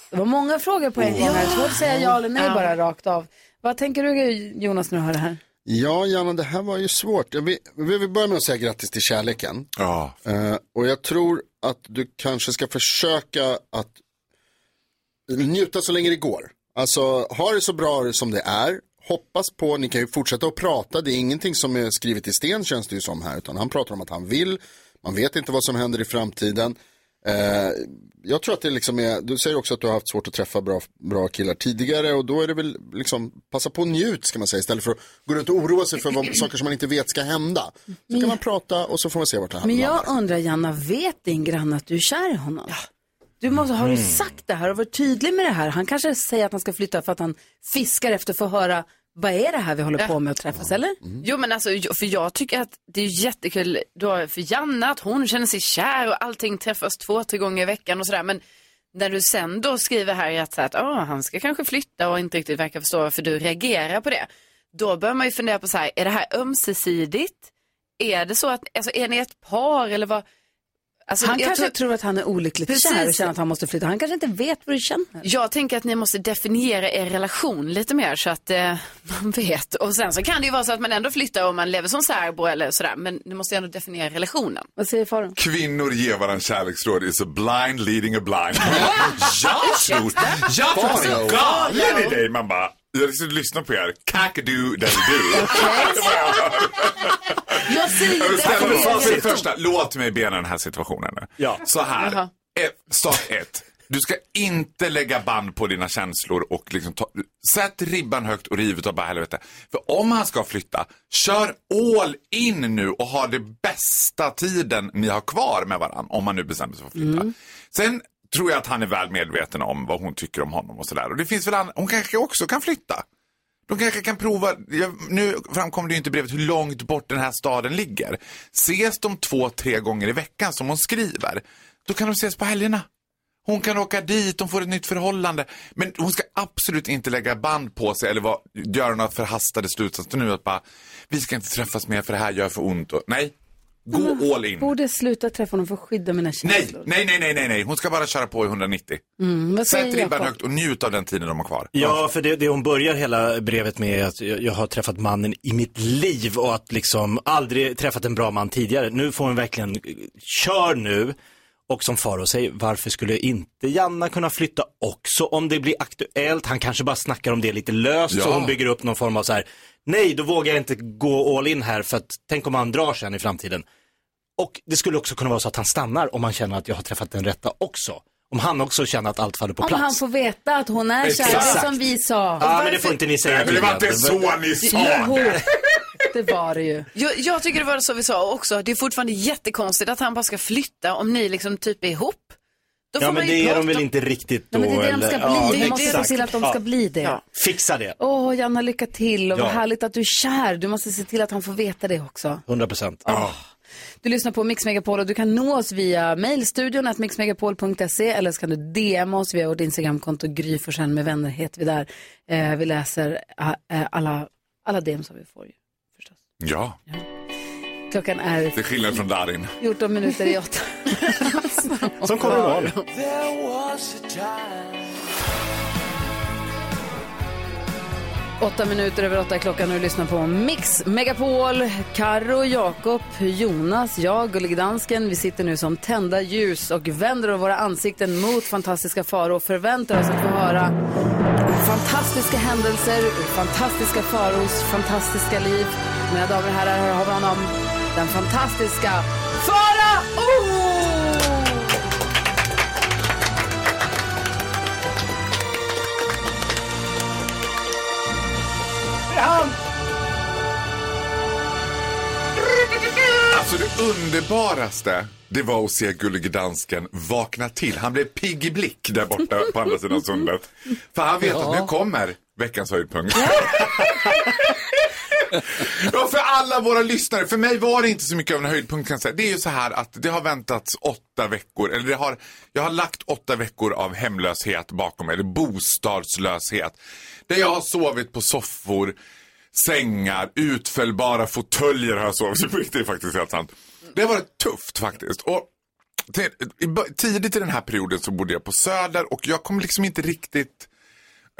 Det var många frågor på en gång här. Svårt att säga ja eller nej
Ja.
bara rakt av. Vad tänker du Jonas när du hör det här?
Ja, Janne, det här var ju svårt. Jag vill, vi vill börja med att säga grattis till kärleken. Eh,
Ja.
och jag tror att du kanske ska försöka att njuta så länge det går. Alltså, ha det så bra som det är. Hoppas på, ni kan ju fortsätta att prata, det är ingenting som är skrivet i sten känns det ju som här, utan han pratar om att han vill, man vet inte vad som händer i framtiden. Eh, jag tror att det liksom är, du säger också att du har haft svårt att träffa bra, bra killar tidigare och då är det väl liksom, passa på och njut ska man säga istället för att gå runt och oroa sig för vad, saker som man inte vet ska hända. Så kan man prata och så får man se vart det
Men
hamnar.
jag undrar Janna, vet din granne att du är kär i honom? Du måste, har du
Mm.
sagt det här och varit tydlig med det här? Han kanske säger att han ska flytta för att han fiskar efter att få höra vad är det här vi håller på med att träffas eller?
Jo men alltså, jag- för jag tycker att det är jättekul då för Janne att hon känner sig kär och allting träffas två, tre gånger i veckan och sådär. Men när du sen då skriver här i att, så här, att "Ah, han ska kanske flytta och inte riktigt verkar förstå varför du reagerar på det. Då bör man ju fundera på så här, är det här ömsesidigt? Är det så att, alltså är ni ett par eller vad? Alltså,
han
jag
kanske tror att han är olyckligt
Precis.
kär och känner att han måste flytta. Han kanske inte vet vad du känner.
Jag tänker att ni måste definiera er relation lite mer så att eh, man vet. Och sen så kan det ju vara så att man ändå flyttar om man lever som särbo eller sådär. Men ni måste ju ändå definiera relationen.
Vad säger Farao?
Kvinnor ger varandra kärleksråd. It's a blind leading a blind. jag tror, jag tror det är galen i dig. Man bara, jag ska lyssna på er. Kakadu dadadu.
Jag säger
Jag vill ställa en fråga för det
definiera
första. Låt mig bena den här situationen nu. Så här,
Jaha.
Ett- sak ett. Du ska inte lägga band på dina känslor och liksom ta, sätt ribban högt och riv utav bara helvete. För om han ska flytta, kör all in nu och ha det bästa tiden ni har kvar med varandra. Om man nu bestämmer sig för att flytta.
Mm.
Sen tror jag att han är väl medveten om vad hon tycker om honom och sådär. Och det finns väl an- hon kanske också kan flytta. De kanske kan prova, jag, nu framkommer det ju inte i brevet hur långt bort den här staden ligger. Ses de två, tre gånger i veckan som hon skriver, då kan de ses på helgerna. Hon kan åka dit, de får ett nytt förhållande. Men hon ska absolut inte lägga band på sig eller vad, göra några förhastade slutsatser nu att bara, vi ska inte träffas mer för det här gör för ont. Och, nej, gå all in.
Borde sluta träffa honom för att skydda mina
Nej,
känslor.
nej, nej, nej, nej, nej. hon ska bara köra på i 190.
Mm, vad
Sätt
säger
ribban
Jakob?
högt och njut av den tiden de har kvar.
Ja, för det, det hon börjar hela brevet med är att jag, jag har träffat mannen i mitt liv och att liksom aldrig träffat en bra man tidigare. Nu får hon verkligen, eh, kör nu. Och som Faro säger, varför skulle inte Janna kunna flytta också om det blir aktuellt? Han kanske bara snackar om det lite löst så
Ja.
hon bygger upp någon form av så här, nej då vågar jag inte gå all in här för att tänk om han drar sen i framtiden. Och det skulle också kunna vara så att han stannar om han känner att jag har träffat den rätta också. Om han också känner att allt faller på
Om
plats.
han får veta att hon är kär,
Exakt.
det är som vi sa.
Ja, men det får inte ni säga.
Nej, men det var
tydligen.
inte så ni sa
Jo,
det.
det var det ju.
Jag, jag tycker det var så vi sa också. Det är fortfarande jättekonstigt att han bara ska flytta om ni liksom typ är ihop. Då
Ja
får
men
man ju
det är
prata
de väl inte riktigt då?
Ja, men det är det de
eller?
ska bli. Vi måste se
exakt.
till att de ska bli det.
Fixa det,
Åh, Janna, lycka till och vad
Ja.
härligt att du är kär. Du måste se till att han får veta det också.
100 procent.
Du lyssnar på Mix Megapol och du kan nå oss via mejlstudion att mixmegapol.se eller så kan du DM oss via vårt Instagramkonto Gry Forssell med vänner heter vi där. Eh, vi läser eh, eh, alla, alla DM som vi får. ju.
Ja,
Klockan är
det är skillnad från Darin.
14 minuter i 8.
Som kommer det vara.
There was a time
8 minuter över 8 klockan och du lyssnar på Mix Megapol. Karo, Jakob, Jonas, jag, Gullig Dansken. Vi sitter nu som tända ljus och vänder våra ansikten mot fantastiska faror och förväntar oss att få höra fantastiska händelser, fantastiska faros, fantastiska liv. Mina damer och herrar, här har vi honom. Den fantastiska Farao!
Alltså det underbaraste, det var att se Gullige Dansken vakna till. Han blev pigg i blick där borta på andra sidan sundet. För han vet att nu kommer veckans höjdpunkt. Ja, för alla våra lyssnare, för mig var det inte så mycket av en höjdpunkt kan jag säga. Det är ju så här att det har väntats åtta veckor, eller det har, jag har lagt åtta veckor av hemlöshet bakom mig, eller bostadslöshet. Där jag har sovit på soffor, sängar, utfällbara fåtöljer har jag sovit på. Det är faktiskt helt sant. Det har varit tufft faktiskt. Och till, i, bör- tidigt i den här perioden så bodde jag på Söder och jag kom liksom inte riktigt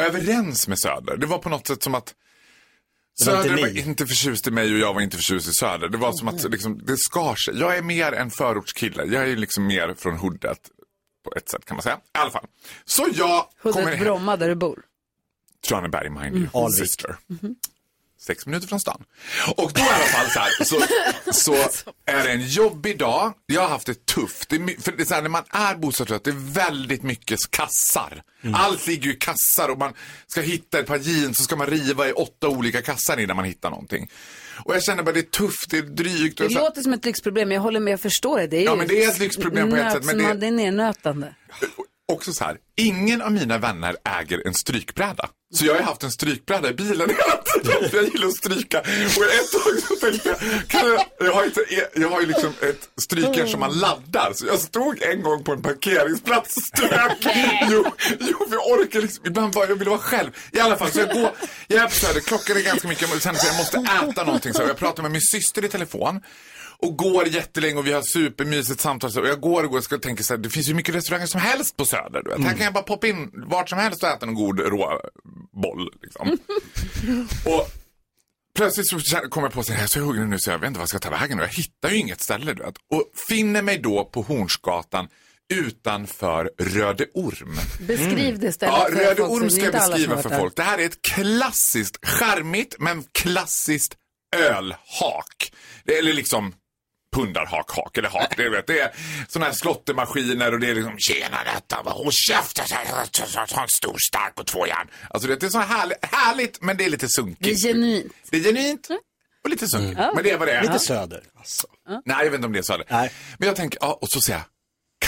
överens med Söder. Det var på något sätt som att
Det var inte
Söder var
ni. Mm.
inte förtjust i mig och jag var inte förtjust i Söder. Det var som att liksom, det skar sig. Jag är mer en förortskille. Jag är ju liksom mer från hoodet på ett sätt kan man säga. I alla fall. Så jag kommer
Hudet
hem.
Bromma där du bor.
Traneberg, mind you.
Mm. Alvik.
Sister. Sex minuter från stan. Och då i alla fall så, här, så, så är det en jobbig dag. Jag har haft det tufft. Det är, my- för det är så här, när man är bostadslös, det är väldigt mycket kassar. Allt ligger ju i kassar och man ska hitta ett par jeans så ska man riva i åtta olika kassar innan man hittar någonting. Och jag känner bara det är tufft, det är drygt.
Det
Och så här,
låter som ett lyxproblem, men jag håller med, jag förstår det. det är
Ja,
ju
men det är ett lyxproblem på ett
nöt
sätt, men
som
det-
man- det är nernötande.
också så här, ingen av mina vänner äger en strykbräda. Så jag har ju haft en strykbräda i bilen hela tiden. för Jag gillar att stryka. Och ett tag så tänkte jag, kan jag, jag, har, inte, jag har ju liksom ett strykjärn som man laddar. Så jag stod en gång på en parkeringsplats och strök. Jo, jo, för jag orkar liksom, ibland bara, jag vill vara själv. I alla fall, så jag går, jag är på Söder, klockan är ganska mycket, men sen så jag måste äta någonting. Så här. jag pratar med min syster i telefon. Och går jättelänge och vi har supermysigt samtal. Så- Och jag går och går och ska tänka så här, det finns ju mycket restauranger som helst på Söder. Du vet. Här kan jag bara poppa in vart som helst och äta en god råboll. Liksom. och plötsligt så känner- kommer jag på att jag är så hungrig nu så jag vet inte vad jag ska ta vägen. Och jag hittar ju inget ställe. Du vet. Och finner mig då på Hornsgatan utanför Röde Orm.
Beskriv det stället
Mm. Ja,
för
Röde
folk som-
Orm
det är
ska jag
inte alla som har
beskriva
varit
för
där.
folk. Det här är ett klassiskt, charmigt men klassiskt ölhak. Det- Eller liksom pundarhak, hak eller hak. Det, vet, det är sådana här slottemaskiner och det är liksom tjena detta, vad- håll käften, så här, så- så- så en stor stark på två järn. Alltså det är så härligt, härligt men det är lite
Det är
sunkigt.
genuint. Mm.
Det är genuint och lite sunkigt. Men det är vad det är.
Lite söder. alltså.
Nej, jag vet inte om det är söder. Men jag tänker, ja, och så säger jag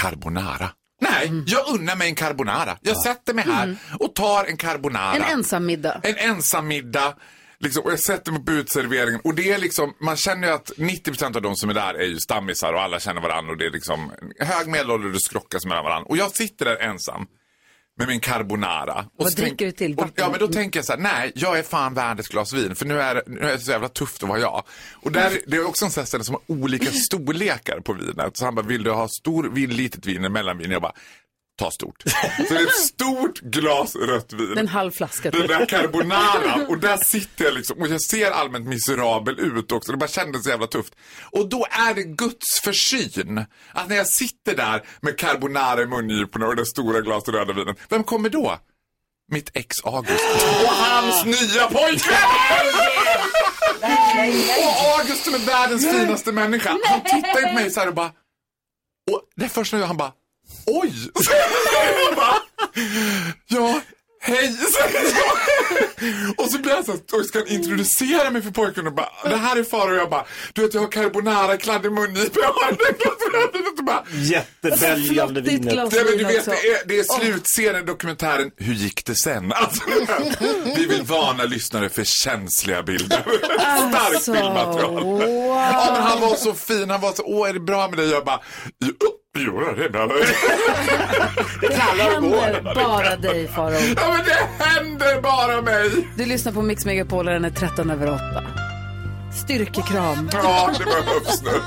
carbonara. Nej,
Mm.
jag unnar mig en carbonara. Jag sätter mig här och tar en carbonara.
En ensam middag.
En ensam middag. Liksom, och jag sätter mig på utserveringen. Och det är liksom, man känner ju att 90% av de som är där är ju stammisar och alla känner varandra. Och det är liksom en hög medelålder och det skrockas mellan varandra. Och jag sitter där ensam med min carbonara. Och
Vad
så tänk-
dricker du till?
och, ja, men då tänker jag så här, nej, jag är fan värd ett glas vin. För nu är, det- nu är det så jävla tufft att vara jag. Och där, det är också en sån här ställe som har olika storlekar på vinet. Så han bara, vill du ha stor vin, litet vin eller mellanvin? Jag bara, ta stort. Så det är ett stort glas rött vin.
En halv flaska. typ.
Den där carbonaran. Och där sitter jag liksom. Och jag ser allmänt miserabel ut också. Det bara kändes så jävla tufft. Och då är det Guds försyn. Att när jag sitter där med carbonara i mungiporna och det stora glaset röda vinen. Vem kommer då? Mitt ex August. Och hans nya pojkvän! Och August som är världens finaste människa. Han tittar ju på mig så här och bara. Och det är först när jag- han bara. Oj! Jag bara, ja, hej, säger jag. Och så blir han så här, och ska han introducera mig för pojken och bara, det här är Farao. Och jag bara, du vet jag har carbonara, kladd i mungipan. Jag har det glaset bara.
Jättebälgande vinet.
Ja, men du vet, det är, det är slutscenen i dokumentären Hur gick det sen? Alltså, vi vill varna lyssnare för känsliga bilder. Starkt
Alltså,
bildmaterial. Ja, men han var så fin. Han var så, åh är det bra med dig? Jag bara, jo det är bra.
Det händer
Bara
bara dig, Faro.
Ja, men det händer bara mig.
Du lyssnar på Mix Megapol och den är 13 över 8. Styrkekram.
Ja, det behövs nu.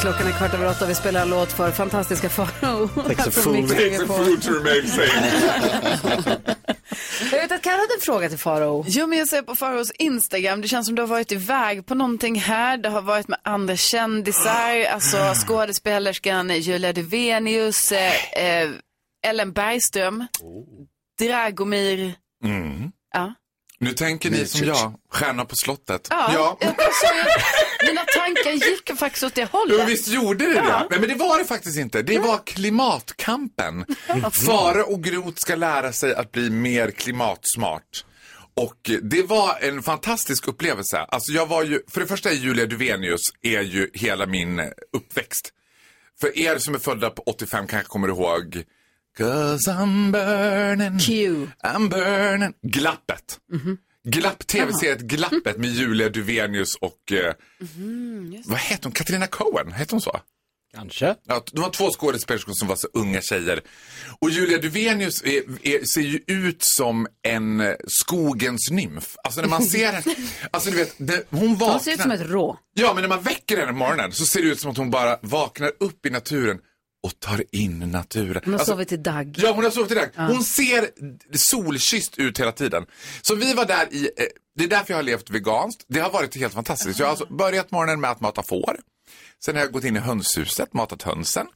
Klockan är kvart över åtta och vi spelar en låt för fantastiska Farao.
Takes a
Alltså,
fool.
Mix
Takes a
Megapol.
fool to
remain
Jag vet att Carro hade en fråga till Farao.
Jo, men jag ser på Faros Instagram, det känns som du har varit iväg på någonting här. Du har varit med andra kändisar, alltså skådespelerskan Julia Duvenius, eh, eh, Ellen Bergström, Dragomir.
Mm.
Ja.
Nu tänker ni som jag, Stjärna på slottet.
Ja, Jag, tror så jag, mina tankar gick faktiskt åt det hållet.
Jo, visst gjorde det det? Nej, men det var det faktiskt inte. Det var klimatkampen. Fare och Grot ska lära sig att bli mer klimatsmart. Och eh, det var en fantastisk upplevelse. Alltså jag var ju, för det första är Julia Duvenius är ju hela min eh, uppväxt. För er som är födda på 85 kanske kommer ihåg Cause I'm burning,
Q.
I'm burning, glappet. Glapp, tv-seriet Glappet med Julia Duvenius och eh, vad heter hon? Katarina Cohen? Heter hon så? Kanske. Ja, det var två skådespelerskor som var så unga tjejer. Och Julia Duvenius är, är, ser ju ut som en eh, skogens nymf. Alltså när man ser henne, alltså du vet, det, hon vaknar.
Hon ser ut som ett rå.
Ja, men när man väcker henne på morgonen så ser det ut som att hon bara vaknar upp i naturen och tar in naturen.
Hon har
Alltså,
sovit i dag.
Ja, hon har sovit i dag.
Ja.
Hon ser solkysst ut hela tiden. Så vi var där i, eh, det är därför jag har levt veganskt. Det har varit helt fantastiskt. Jag har alltså börjat morgonen med att mata får. Sen har jag gått in i hönshuset, matat hönsen.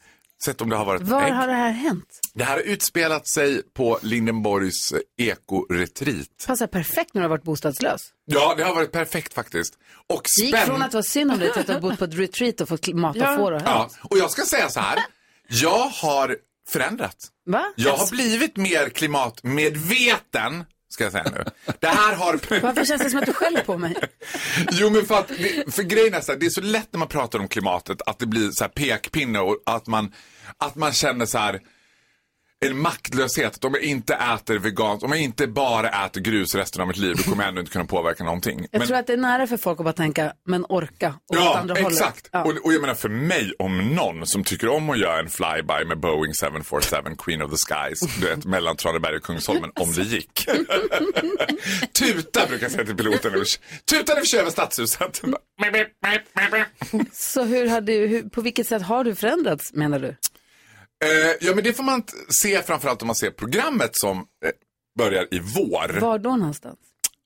Sett om det har varit
Var
ägg.
har det här hänt?
Det här har utspelat sig på Lindenborgs eh, ekoretreat.
Passar perfekt när du har varit bostadslös.
Ja, det har varit perfekt faktiskt. Och
Det gick från
spänn-
att vara synd om dig till att du har bott på ett retreat och fått kli- mata får och höns.
ja. Och jag ska säga så här, jag har förändrat.
Va?
Jag har blivit mer klimatmedveten ska jag säga nu. Det här har...
Varför känns det som att du skäller på mig?
Jo men för att, det, för grejen är så här, det är så lätt när man pratar om klimatet att det blir så här pekpinne och att man, att man känner så här en maktlöshet. Att om jag inte äter veganskt, om jag inte bara äter grus resten av mitt liv, då kommer jag ändå inte kunna påverka någonting.
Jag
Men-
tror att det är nära för folk att bara tänka, men orka. Och åt
Ja,
andra
exakt.
Hållet. Ja.
Och, och jag menar för mig, om någon som tycker om att göra en flyby med Boeing 747 Queen of the Skies, du vet, mellan Traneberg och Kungsholmen, om det gick. Tuta brukar jag säga till piloten. över- Tuta när vi kör över stadshuset. Eh,
Så hur har du, hur, på vilket sätt har du förändrats menar du?
Eh, ja, men det får man inte se framförallt om man ser programmet som eh, börjar i vår.
Var då någonstans?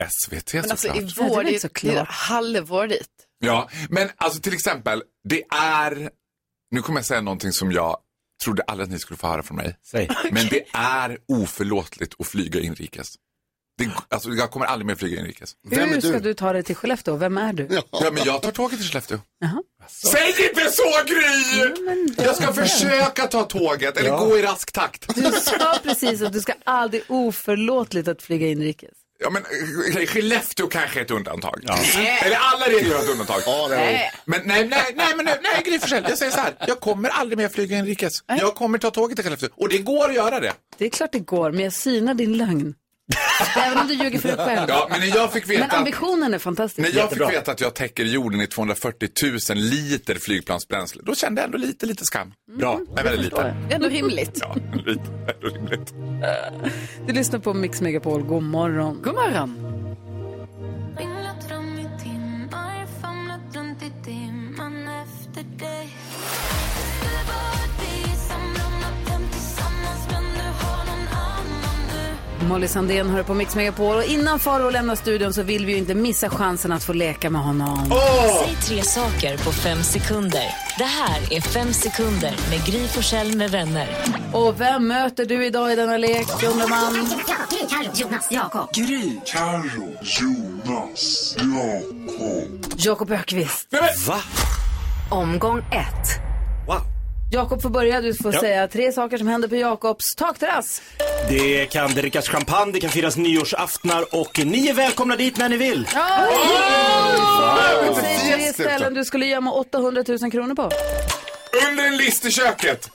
SVT
Men alltså
såklart.
i vår, det är ju halvår dit.
Ja, men alltså till exempel, det är, nu kommer jag säga någonting som jag trodde aldrig att ni skulle få höra från mig.
Säg.
Men det är oförlåtligt att flyga inrikes. Det, alltså, jag kommer aldrig mer flyga inrikes.
hur ska du ta dig till Skellefteå? Vem är du?
Ja, men jag tar tåget till Skellefteå.
Jaha.
Säg inte så Gry! jag ska försöka ta tåget, eller gå i rask takt.
Du sa precis att du ska aldrig oförlåtligt att flyga inrikes.
Ja, men eh, Skellefteå kanske är ett undantag. Eller alla regler har ett undantag.
det är det.
men nej, nej, nej, men nej, nej Gry Forssell, jag säger så här. Jag kommer aldrig mer flyga inrikes. Jag kommer ta tåget till Skellefteå. Och det går att göra det.
Det är klart det går, men jag synar din lögn. Även om du ljuger för dig själv.
Ja, men när jag fick veta
Men ambitionen är fantastisk.
När jag fick veta att jag täcker jorden i 240 000 liter flygplansbränsle, då kände jag ändå lite, lite skam.
Mm.
Bra. Men väldigt lite.
Det är ändå rimligt.
Ja, lite. ändå rimligt.
Du lyssnar på Mix Megapol, god morgon. God morgon.
Ringlat fram i timmar, famlat runt i dimman efter dig Det var vi som ramlat hem tillsammans men du har någon annan nu
Molly Sandén hör på Mix Megapol och innan Faro lämnar studion så vill vi ju inte missa chansen att få leka med honom.
Säg tre saker på fem sekunder. Det här är Fem sekunder med Gry Forssell med vänner.
Och vem möter du idag i denna lek, undrar man?
Gry, Carro, Jonas, Jakob.
Gry,
Carro,
Jonas, Jakob
Jakob Ökvist.
Va?
Omgång ett.
Wow.
Jakob får börja, du får
Ja.
säga tre saker som händer på Jakobs takterrass.
Det kan drickas champagne, det kan firas nyårsaftnar och ni är välkomna dit när ni vill.
Ja!
Wow!
Wow! Säg tre
Yes,
ställen du skulle gömma 800 000 kronor på.
Under en list i köket,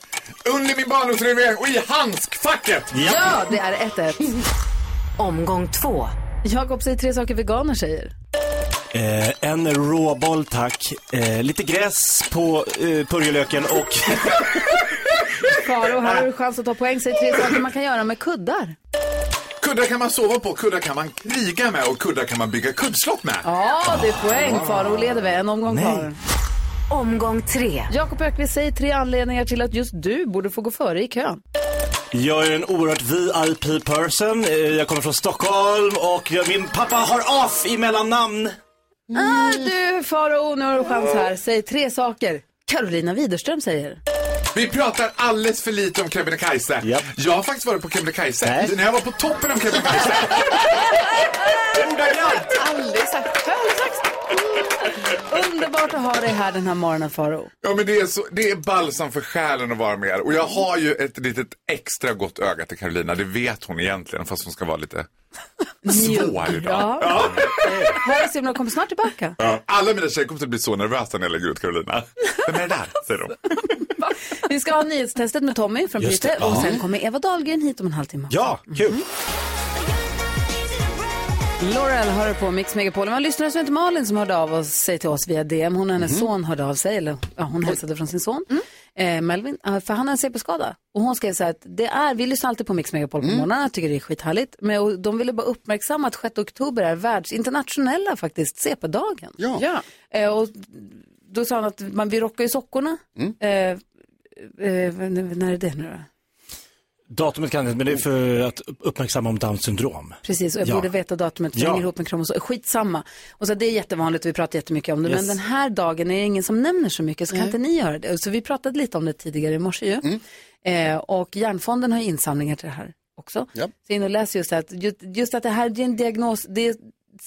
under min barndomsrenovering och i handskfacket.
Ja, det är 1-1. Omgång två. Jakob säger tre saker veganer säger.
Eh, en råboll tack, eh, lite gräs på eh, purjolöken och
Faro, här har du chans att ta poäng. Säg tre saker man kan göra med kuddar.
Kuddar kan man sova på, kuddar kan man kriga med och kuddar kan man bygga kuddslott med.
Ja, det är poäng. Faro leder vi. En omgång
Nej.
kvar. Omgång tre. Jakob Ökvist säger tre anledningar till att just du borde få gå före i kön.
jag är en oerhört VIP person. Eh, jag kommer från Stockholm och jag, min pappa har AF i mellannamn.
Ah, du Faro, nu har du chans här. Säg tre saker. Carolina Widerström säger.
Vi pratar alldeles för lite om Kebnekaise. Jag har faktiskt varit på Kebnekaise. När jag var på toppen av Kebnekaise.
Aldrig sagt själv sagt.
Underbart att ha dig här den här morgonen Faro.
Ja, men det, är så, det är balsam för själen att vara med er. Och jag har ju ett litet extra gott öga till Carolina. Det vet hon egentligen, fast hon ska vara lite svår idag.
Ja. Här ser man kommer snart tillbaka.
Ja. Alla mina tjejkompisar blir så nervösa när jag lägger ut Carolina. Vem är det där? säger de.
Vi ska ha nyhetstestet med Tommy från
Just
Bryte
det,
och
ja.
sen kommer Eva Dahlgren hit om en halvtimme.
Ja, kul.
Laurel hör på Mix Megapol. Det var en lyssnare som heter Malin som hörde av oss, sig till oss via DM. Hon och hennes son hörde av sig, eller ja, hon hälsade från sin son eh, Melvin, eh, för han har en CP-skada. Och hon skrev så här att det är, vi lyssnar alltid på Mix Megapol på morgnarna, tycker det är skithärligt. Men och de ville bara uppmärksamma att 6 oktober är världs, internationella faktiskt, CP-dagen.
Ja.
Eh, och då sa han att man, vi rockar ju sockorna. Eh, eh, när när är det nu då?
Datumet kan jag inte, men det är för att uppmärksamma om Downs syndrom.
Precis, och jag
Ja.
borde veta datumet för det
Ja.
hänger ihop med kromosom. Skitsamma. Och så det är jättevanligt och vi pratar jättemycket om det. Men
Yes.
den här dagen är det ingen som nämner så mycket så kan
Nej.
inte ni göra det. Och Så vi pratade lite om det tidigare i morse ju. Eh, och Hjärnfonden har ju insamlingar till det här också. Så in och läs just det här. att Just, just att det här det är en diagnos. Det är,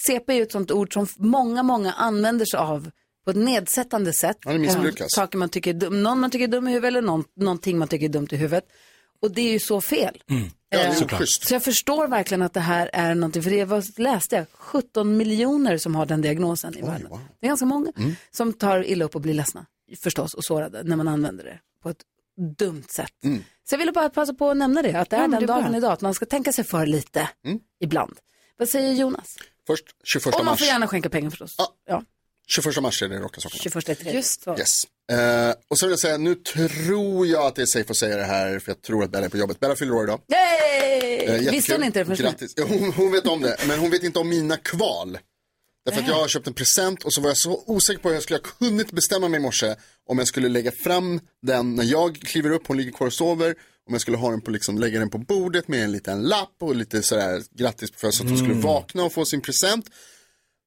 CP är ju ett sånt ord som många, många använder sig av på ett nedsättande sätt. Eh,
Ja, det missbrukas.
Saker man tycker är dum, någon man tycker är dum i huvudet eller någon, någonting man tycker är dumt i huvudet. Och det är ju så fel.
Ja, det är
Eh,
såklart.
så jag förstår verkligen att det här är någonting, för det var, läste jag, 17 miljoner som har den diagnosen i världen. Det är ganska många
Mm.
som tar illa upp och blir ledsna förstås och sårade när man använder det på ett dumt sätt.
Mm.
Så jag ville bara passa på att nämna det, att det är
Ja, men
den
det är
dagen
bra.
idag, att man ska tänka sig för lite
Mm.
ibland. Vad säger Jonas?
Först 21
och man
mars.
får gärna skänka pengar förstås. Ja.
21 mars är det Rocka Sockorna.
21 är tredje. Just
Yes. Eh, och så vill jag säga, nu tror jag att det är safe att säga det här, för jag tror att Bella är på jobbet. Bella fyller år idag.
Yay!
Eh, jättekul.
Visste hon inte det först nu?
Grattis. Ja, Hon, hon vet om det, men hon vet inte om mina kval. Därför att jag har köpt en present och så var jag så osäker på hur jag skulle ha kunnat bestämma mig i morse om jag skulle lägga fram den när jag kliver upp, hon ligger kvar och sover, om jag skulle ha den på, liksom, lägga den på bordet med en liten lapp och lite sådär grattis på födelsedagen, så att hon
Mm.
skulle vakna och få sin present.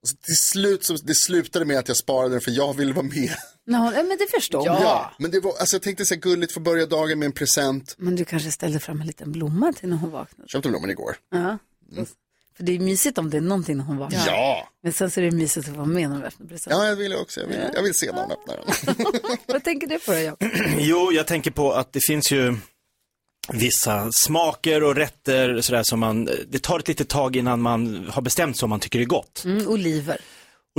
Och så till slut, så, det slutade med att jag sparade den för jag ville vara med.
Nej, hon- ja, men det förstår
Ja.
hon.
men det var, alltså jag tänkte så här gulligt få börja dagen med en present.
Men du kanske ställde fram en liten blomma till när hon vaknade?
Köpte blommor igår.
Ja. För det är mysigt om det är någonting när hon vaknar.
Mm. Ja.
Men sen så är det mysigt att vara med när hon öppnar present.
Ja, jag vill också. Jag vill, jag vill se när hon öppnar den.
Vad tänker du på då, Jakob?
Jo, jag tänker på att det finns ju vissa smaker och rätter sådär som man, det tar ett litet tag innan man har bestämt sig om man tycker det är gott.
Mm, oliver.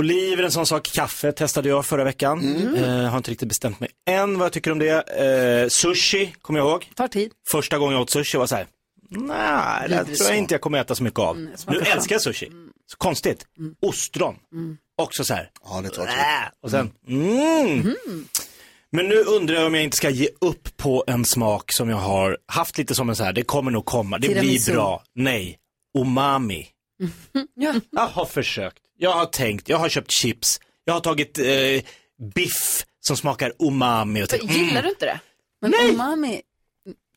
Oliver är en sån sak, kaffe testade jag förra veckan.
Mm.
Eh, har inte riktigt bestämt mig än vad jag tycker om det. Eh, sushi, kommer jag ihåg.
Tar tid.
Första gången jag åt sushi var så här, nej, det här
Vidrig
tror jag
smak.
inte jag kommer äta så mycket av. nu
smakar fan.
älskar jag sushi. Så konstigt. Ostron, också så här. Äh,
Ja, det
Och sen, mm. Men nu undrar jag om jag inte ska ge upp på en smak som jag har haft lite som en så här, det kommer nog komma, det
Tiramisu.
blir bra. Nej, umami. Jag har försökt, jag har tänkt, jag har köpt chips, jag har tagit eh, biff som smakar umami och tänkt, mm.
Gillar du inte det?
Men umami,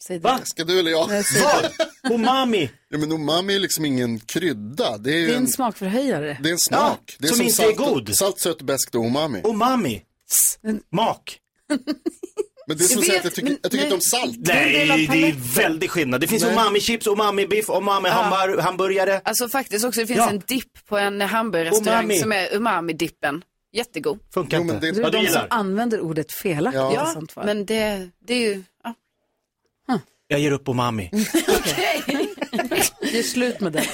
säg det.
Ska du eller jag?
Vad? Umami?
Ja, men umami är liksom ingen krydda. Det är, ju
Det är en
en,
smakförhöjare.
det är en smak.
Ja,
det är
som inte
salt,
är god.
Salt, sött, beskt och umami.
Umami. Mak.
Men det är som att säga att jag tycker, jag tycker inte om salt.
Nej, det är väldigt skillnad. Det finns
Nej.
umami-chips, umami-biff, umami-hamburgare.
Alltså faktiskt också, det finns
Ja.
en dipp på en hamburgerrestaurang
Umami.
som är umami-dippen. Jättegod.
Funkar Jo, men inte. det-
Det är
Vad du
de som
gillar.
använder ordet felaktigt
Ja,
i sånt fall.
men det, det är ju... Ja.
Jag ger upp umami.
Det är slut med det.
Ni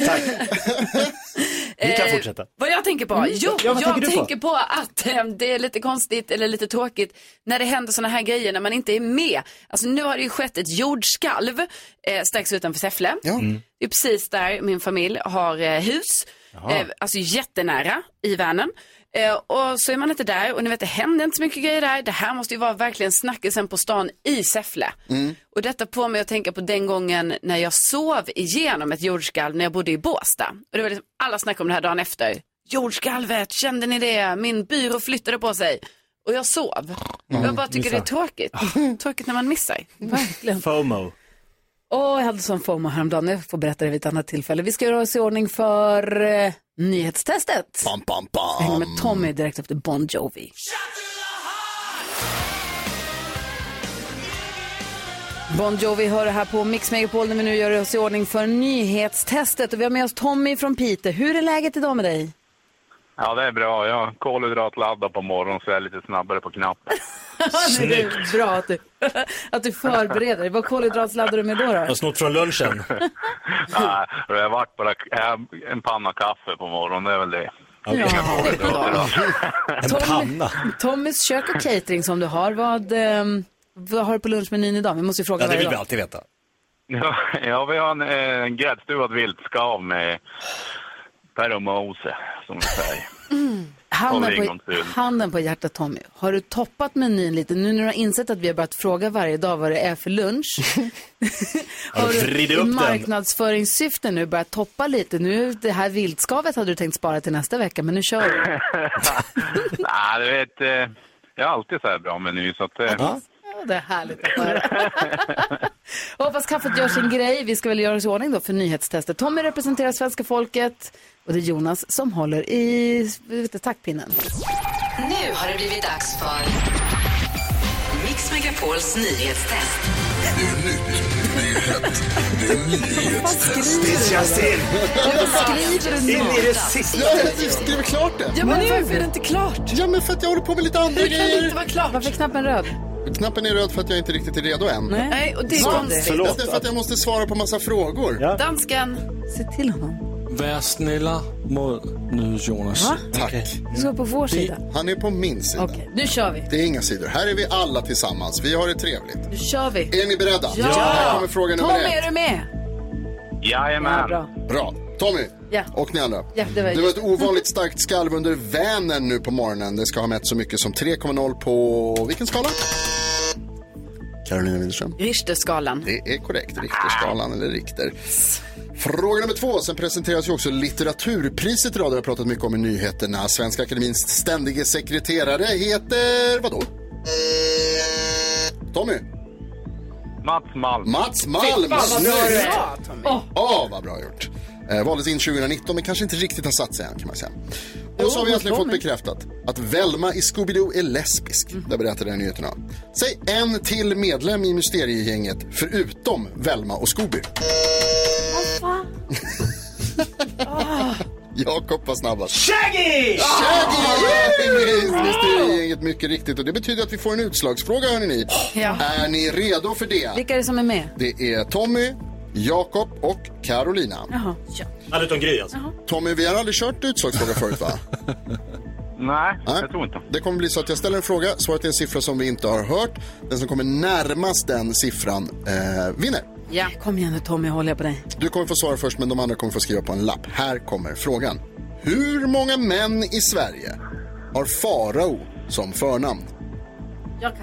kan
Eh,
fortsätta.
Vad jag tänker på?
Mm.
Jo,
Ja, vad
jag
tänker du
tänker,
på?
på att eh, det är lite konstigt eller lite tråkigt när det händer sådana här grejer när man inte är med. Alltså nu har det ju skett ett jordskalv eh, strax utanför Säffle.
Mm.
Det är precis där min familj har eh, hus.
Jaha.
Eh, alltså jättenära i Vänern. Eh, och så är man inte där och ni vet det händer inte så mycket grejer där. Det här måste ju vara verkligen snackisen på stan i Säffle. Mm. Och detta på mig att tänka på den gången när jag sov igenom ett jordskalv när jag bodde i Båstad. Och det var liksom alla snackade om det här dagen efter. Jordskalvet, kände ni det? Min byrå flyttade på sig. Och jag sov.
Mm,
jag bara tycker det är
missa.
tråkigt. tråkigt när man missar.
FOMO.
Åh, jag hade sån FOMO häromdagen. Jag får berätta det vid ett annat tillfälle. Vi ska göra oss i ordning för eh, nyhetstestet.
Pam, pam,
Jag hänger med Tommy direkt efter Bon Jovi. Bon Jovi hör det här på Mix Megapol när vi nu gör oss i ordning för nyhetstestet. Och vi har med oss Tommy från Piteå. Hur är läget idag med dig?
Ja, det är bra. Jag kolhydratladdar på morgonen så jag är lite snabbare på knappen.
det är bra att du, att du förbereder dig. Vad kolhydratsladdar du med då? då?
snott från lunchen.
Nej, det har varit bara eh, en panna kaffe på morgonen, det är väl det.
Ja,
en
panna?
Tommys kök och catering som du har. Vad, ehm, vad har du på lunchmenyn idag? Vi måste ju fråga
Ja, det
varje
vill vi
dag.
alltid veta.
Ja, ja, vi har en, eh, en gräddstuvad viltskav med peromose, som vi säger.
Mm.
Och
Handen, på,
lingonsylt.
handen på hjärtat Tommy, har du toppat menyn lite nu när du har insett att vi har börjat fråga varje dag vad det är för lunch?
Har du
I
vridit upp den?
marknadsföringssyfte nu börjat toppa lite. Nu, det här viltskavet hade du tänkt spara till nästa vecka, men nu kör vi.
Nej, du vet, eh, jag har alltid så här bra meny, så att... eh,
Ja, Det är härligt att höra. Hoppas kaffet gör sin grej. Vi ska väl göra oss i ordning då för nyhetstestet. Tommy representerar svenska folket och det är Jonas som håller i vet inte, taktpinnen.
Nu har det blivit dags för Mix Megapols nyhetstest.
Det är nytt, det är hett, det är nyhetstest.
Det känns till.
skriver du
In i det
sista. Jag jag skriver klart det.
Ja, men varför är det inte
klart? Ja, men för att jag håller på med lite andra grejer.
vara klart? Varför är knappen röd?
Knappen är röd för att jag inte riktigt är redo än.
Nej, Nej, och det är
Så,
konstigt.
Det är därför att jag måste svara på massa frågor.
Dansken,
se till honom.
Vær snälla mot Jonas.
Va?
Tack.
Du ska vara på vår
Det-
sida.
Han är på min sida.
Okej, nu kör vi.
Det är inga sidor. Här är vi alla tillsammans. Vi har det trevligt.
Nu kör vi.
Är ni beredda?
Ja!
Här kommer fråga nummer
Tommy,
ett.
är du med?
Jajamän.
bra.
bra. Tommy.
Ja.
Och ni andra.
Ja, det var
Det var ett ovanligt starkt skalv under Vänern nu på morgonen. Det ska ha mätt så mycket som 3,0 på vilken skala? Carolina Widerström.
Richterskalan.
Det är korrekt. Richterskalan eller Richter. Fråga nummer två. Sen presenteras ju också litteraturpriset idag. Det har jag pratat mycket om i nyheterna. Svenska Akademins ständige sekreterare heter vadå? Tommy? Mats Malm. Mats Malm. Snyggt!
Åh,
Ja, vad bra gjort. Eh, valdes in 2019 men kanske inte riktigt har satt sig än kan man säga. Och så har vi äntligen fått bekräftat att Velma i Scooby-Doo är lesbisk. Det berättade den nyheterna. Säg en till medlem i Mysteriegänget förutom Velma och Scooby. Jakob var snabbast.
Shaggy!
Shaggy! Mysteriegänget mycket riktigt och det betyder att vi får en utslagsfråga hörni ni.
Ja.
Är ni redo för det?
Vilka är det som är med?
Det är Tommy, Jakob och Carolina.
Jaha. Ja.
Alla utom Gry alltså. Tommy, vi har aldrig kört utslagsfråga förut va? Nej, jag tror inte. Det kommer bli så att jag ställer en fråga, svaret är en siffra som vi inte har hört. Den som kommer närmast den siffran eh, vinner.
Ja. Kom igen nu Tommy, håller jag på dig.
Du kommer få svara först men de andra kommer få skriva på en lapp. Här kommer frågan. Hur många män i Sverige har farao som förnamn?
jag kan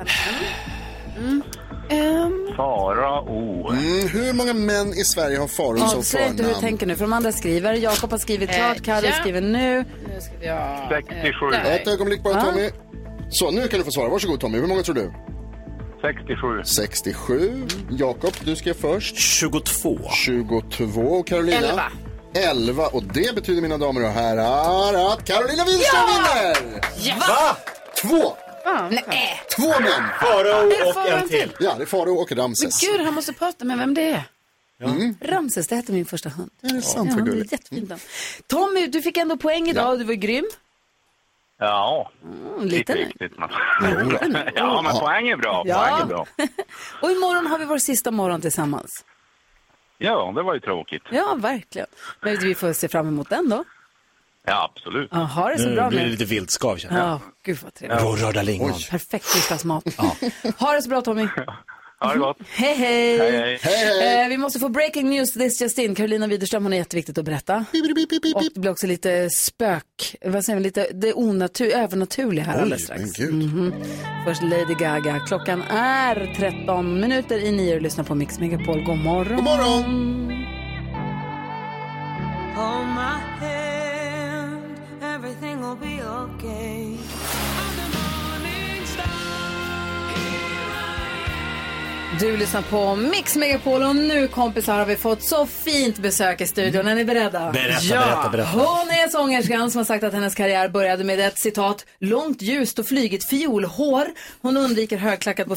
den. Mm. Um,
Farao. Mm, hur många män i Sverige har farao som
Avslöja inte hur du
förnamn?
tänker nu, för de andra skriver. Jakob har skrivit
Eh,
klart, Carro
ja.
skriver nu.
67.
Eh, nej.
Ett ögonblick bara
Ja.
Tommy. Så, nu kan du få svara. Varsågod Tommy, hur många tror du? 67. 67. Jakob, du skrev först. 22. 22. Och Carolina?
Elva.
11. Och det betyder, mina damer och herrar, att Carolina Wihlström
Ja!
vinner!
Ja!
Va? Två!
Nej.
Två män!
Farao Det är och Farao en till. till.
Ja, det är Farao och
Men
Ramses.
gud, han måste prata med vem det är.
Mm.
Ramses, det hette min första hund.
Ja, det är sant,
ja,
vad
det är
gulligt.
jättefint namn. Tommy, du fick ändå poäng idag och du var grym.
Ja,
lite
lite
nu.
riktigt. Men... ja, men poäng är bra.
Ja.
Poäng är bra.
Och imorgon har vi vår sista morgon tillsammans.
Ja, det var ju tråkigt.
Ja, verkligen. Men vi får se fram emot den då.
Ja, absolut.
Ja, ha det så bra nu.
lite vildskav känner
Ja, gud vad trevligt.
Rå- rörda lingon. Oj.
Perfekt tisdagsmat. Ha det så bra Tommy.
Ha det gott.
Hej hej.
Hej, hej. Hej, hej.
Eh, vi måste få breaking news this just in. Carolina Widerström, hon är jätteviktigt att berätta. Och det blir också lite spök, vad säger man, lite det onatur, övernaturliga här alldeles strax.
men gud.
Mhm. Först Lady Gaga. Klockan är 13 minuter i nio och lyssnar på Mix Megapol. God morgon. God
morgon.
Hold my hand, everything will be okay.
Du lyssnar på Mix Megapol och nu kompisar har vi fått så fint besök i studion. Är ni beredda?
Mm. Berätta,
ja.
berätta, berätta.
Hon är sångerskan som har sagt att hennes karriär började med ett citat, långt ljust och flygigt fiolhår. Hon undviker högklackat på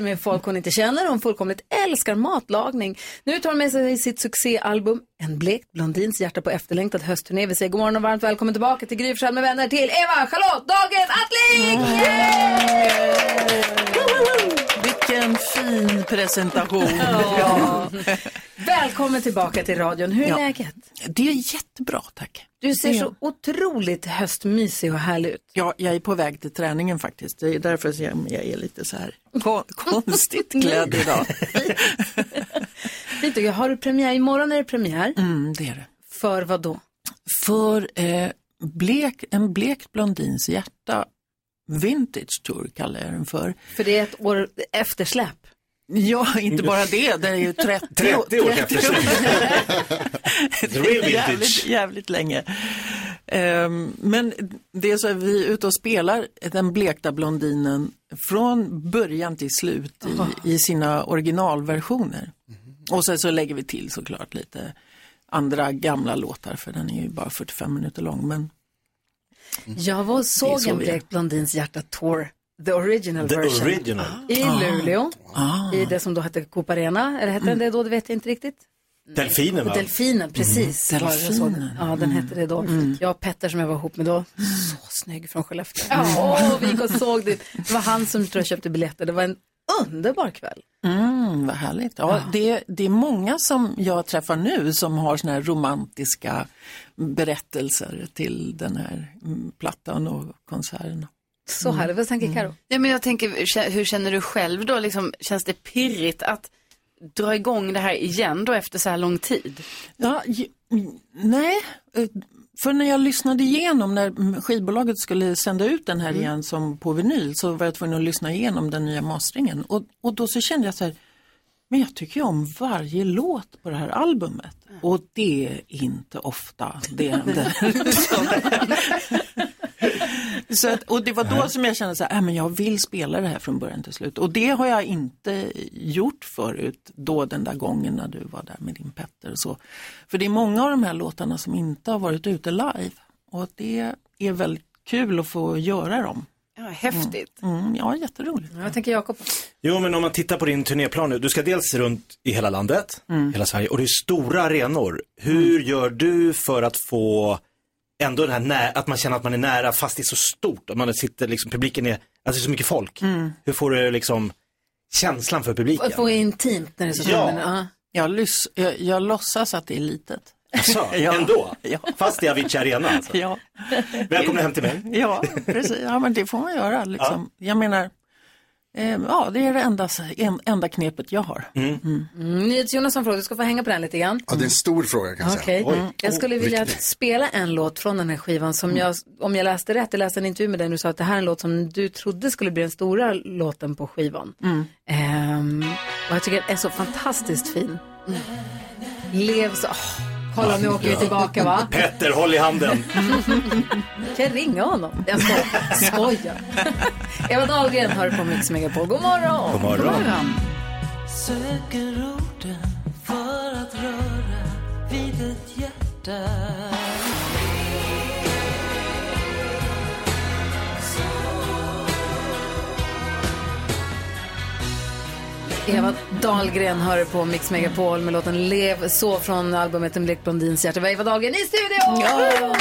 med folk hon inte känner. Hon fullkomligt älskar matlagning. Nu tar hon med sig sitt succéalbum En blekt blondins hjärta på efterlängtad höstturné. Vi säger god morgon och varmt välkommen tillbaka till Gry Forssell med vänner till Eva Charlotte Dagens Attling!
Mm.
Vilken fin presentation.
Välkommen tillbaka till radion. Hur är
Ja.
läget?
Det är jättebra, tack.
Du ser
Ja.
så otroligt höstmysig och härlig ut.
Ja, jag är på väg till träningen faktiskt. Det är därför som jag, jag är lite så här kon- konstigt klädd idag.
Fint. Har du premiär? Imorgon är det premiär.
Mm, det är det.
För vad då?
För eh, blek, en blekt blondins hjärta, vintage tour kallar jag den för.
För det är ett år eftersläpp.
Ja, inte bara det, det är ju 30, 30 år eftersläpp. Det Real är jävligt, vintage. jävligt länge. Ehm, men det är så att vi är ute och spelar den blekta blondinen från början till slut i, i sina originalversioner.
Mhm.
Och sen så lägger vi till såklart lite andra gamla låtar för den är ju bara 45 minuter lång. Men
Jag var och
Det är
såg
så
en
vi
Blekt Blondins hjärta tour. The original
The
version.
original.
I
Ah.
Luleå.
Ah. Mm.
I det som då hette Coop Arena. Eller hette den det då? Det vet jag inte riktigt.
Delfinen va?
Delfinen, precis.
Mm.
var det jag såg.
Delfinen.
Ja, den hette det då.
Mm.
Jag och Petter som jag var ihop med då, så snygg från Skellefteå.
Mm.
Ja, åh, vi gick och såg det. Det var han som tror jag köpte biljetter. Det var en underbar kväll.
Mm, vad härligt. Ja, Det, det är många som jag träffar nu som har såna här romantiska berättelser till den här mm, plattan och konserterna.
Så här, vad tänker Karo?
Ja, men jag tänker, kä- hur känner du själv då? Liksom, känns det pirrigt att dra igång det här igen då efter så här lång tid?
Ja, j- mm, nej, eh, för när jag lyssnade igenom när mm, skivbolaget skulle sända ut den här
Mm.
igen som på vinyl så var jag tvungen att lyssna igenom den nya masteringen och, och då så kände jag så här, men jag tycker ju om varje låt på det här albumet och det är inte ofta det händer. Så att, och det var då som jag kände så här, "Äh, men jag vill spela det här från början till slut. Och det har jag inte gjort förut, då den där gången när du var där med din Petter och så. För det är många av de här låtarna som inte har varit ute live. Och det är väldigt kul att få göra dem.
Ja, häftigt.
Mm. Mm, ja, jätteroligt.
Jag tänker Jakob.
Jo, men om man tittar på din turnéplan nu, du ska dels runt i hela landet,
Mm.
hela Sverige, och det är stora arenor. Hur gör du för att få ändå den här nä- att man känner att man är nära, fast det är så stort, att man sitter liksom, publiken är, alltså det är så mycket folk.
Mm.
Hur får du liksom känslan för publiken?
Få intimt när det är så
Ja.
men, ja.
Jag, lys- jag, jag låtsas att det är litet.
Alltså, ändå? Fast i Avicii Arena alltså.
Ja.
Välkomna hem till mig.
Ja, precis. Ja, men det får man göra. Liksom. Jag menar, eh, ja, det är det enda, en, enda knepet jag har.
Mm, NyhetsJonas har en fråga, du ska få hänga på den lite grann.
Ja, det är en stor fråga kan jag
Okej, Mm.
säga.
jag skulle vilja spela en låt från den här skivan som
Mm.
jag, om jag läste rätt, jag läste en intervju med dig och du sa att det här är en låt som du trodde skulle bli den stora låten på skivan.
Mm.
Ehm, och jag tycker den är så fantastiskt fin.
Mm.
Lev så, åh, kolla nu åker vi tillbaka va?
Petter, håll i handen.
Kan jag ringa honom? Jag skojar. skojar. Eva Dahlgren hör på Mix Megapol, god morgon!
God morgon.
Söker orden för att röra vid ett hjärta
Eva Dahlgren hör på Mix Megapol med låten Lev så från albumet En blick blondins hjärta. Vi har Eva Dahlgren i studion!
Ja.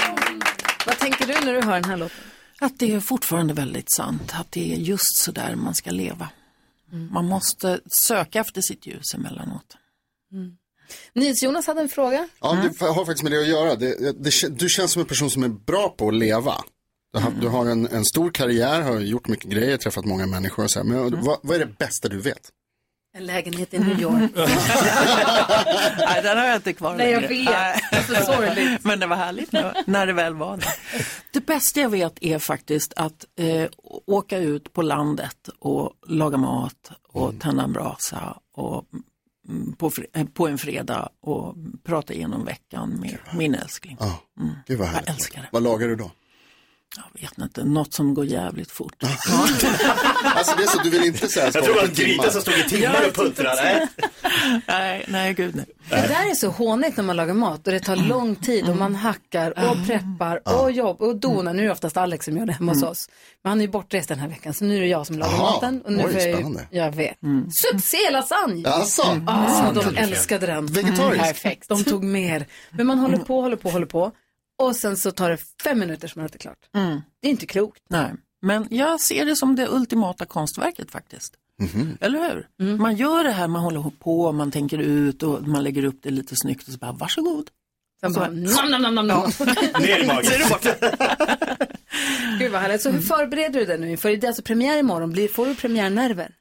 Vad tänker du när du hör den här låten?
Att det är fortfarande väldigt sant, att det är just så där man ska leva.
Mm.
Man måste söka efter sitt ljus emellanåt.
NyhetsJonas hade en fråga.
Ja, det har faktiskt med det att göra. Det, det, du känns som en person som är bra på att leva. Du har, du har en, en stor karriär, har gjort mycket grejer, träffat många människor och så här. Men vad, vad är det bästa du vet?
En lägenhet i New York.
Nej, den har jag inte kvar
Nej, jag
längre.
vet.
Nej.
Det är så sorgligt.
Men det var härligt när, när det väl var det. Det bästa jag vet är faktiskt att eh, å- åka ut på landet och laga mat och
Mm.
tända en brasa och, mm, på, fre- eh, på en fredag och prata igenom veckan med min älskling.
Ja, gud vad härligt.
Jag älskar det.
Vad lagar du då?
Jag vet inte, något som går jävligt fort.
Alltså det är så, du vill inte säga
Jag tror det var en gryta som stod i timmar och puttrade. Nej.
nej, nej, gud nej.
Det där är så hånigt när man lagar mat och det tar lång tid och man hackar och preppar och jobb och donar. Nu är det oftast Alex som gör det hemma hos oss. Men han är ju bortrest den här veckan så nu är det jag som lagar
Jaha.
maten. Och nu
Oj,
får jag ju-
spännande.
Jag vet.
Mm.
Succélasagne!
Jaså?
Mm. Ah,
Mm.
de älskade den. Mm,
Vegetariskt?
Perfekt. De tog mer. Men man håller på, håller på, håller på. Och sen så tar det fem minuter som man äter klart. Det är inte klokt.
Nej, men jag ser det som det ultimata konstverket faktiskt.
Mm.
Eller hur? Man gör det här, man håller på, man tänker ut och man lägger upp det lite snyggt och så bara varsågod.
Sen
Så-
bara, nam, nam, nam, nam, nam.
Ner i magen.
Gud vad härligt. Så hur förbereder du dig nu inför? Det är alltså premiär imorgon. Blir, får du premiärnerver?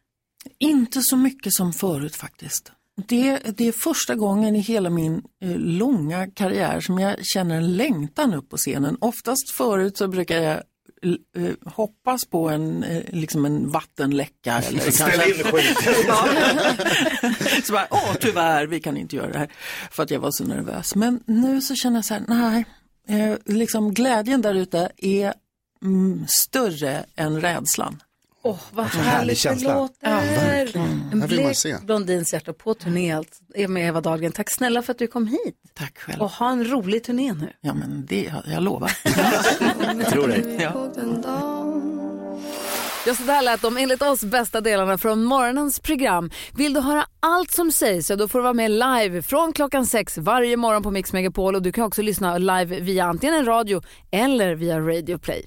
Inte så mycket som förut faktiskt. Det, det är första gången i hela min eh, långa karriär som jag känner en längtan upp på scenen. Oftast förut så brukar jag l- eh, hoppas på en, eh, liksom en vattenläcka. Eller
Ställ
kanske-
in skiten.
Ja. så bara, åh tyvärr, vi kan inte göra det här. För att jag var så nervös. Men nu så känner jag så här, nej, eh, liksom glädjen där ute är mm, större än rädslan.
Åh, vad
Vilken Alltså, härlig
härligt det
känsla.
låter.
Ja, verkligen.
En
Här vill man
blek
se.
blondins hjärta på turné alltså, är med Eva Dahlgren. Tack snälla för att du kom hit.
Tack själv.
Och ha en rolig turné nu.
Ja men det, jag lovar.
Jag tror dig.
Ja.
den dagen
Ja, så där lät de enligt oss bästa delarna från morgonens program. Vill du höra allt som sägs, ja, då får du vara med live från klockan sex varje morgon på Mix Megapol. Och du kan också lyssna live via antingen radio eller via Radio Play.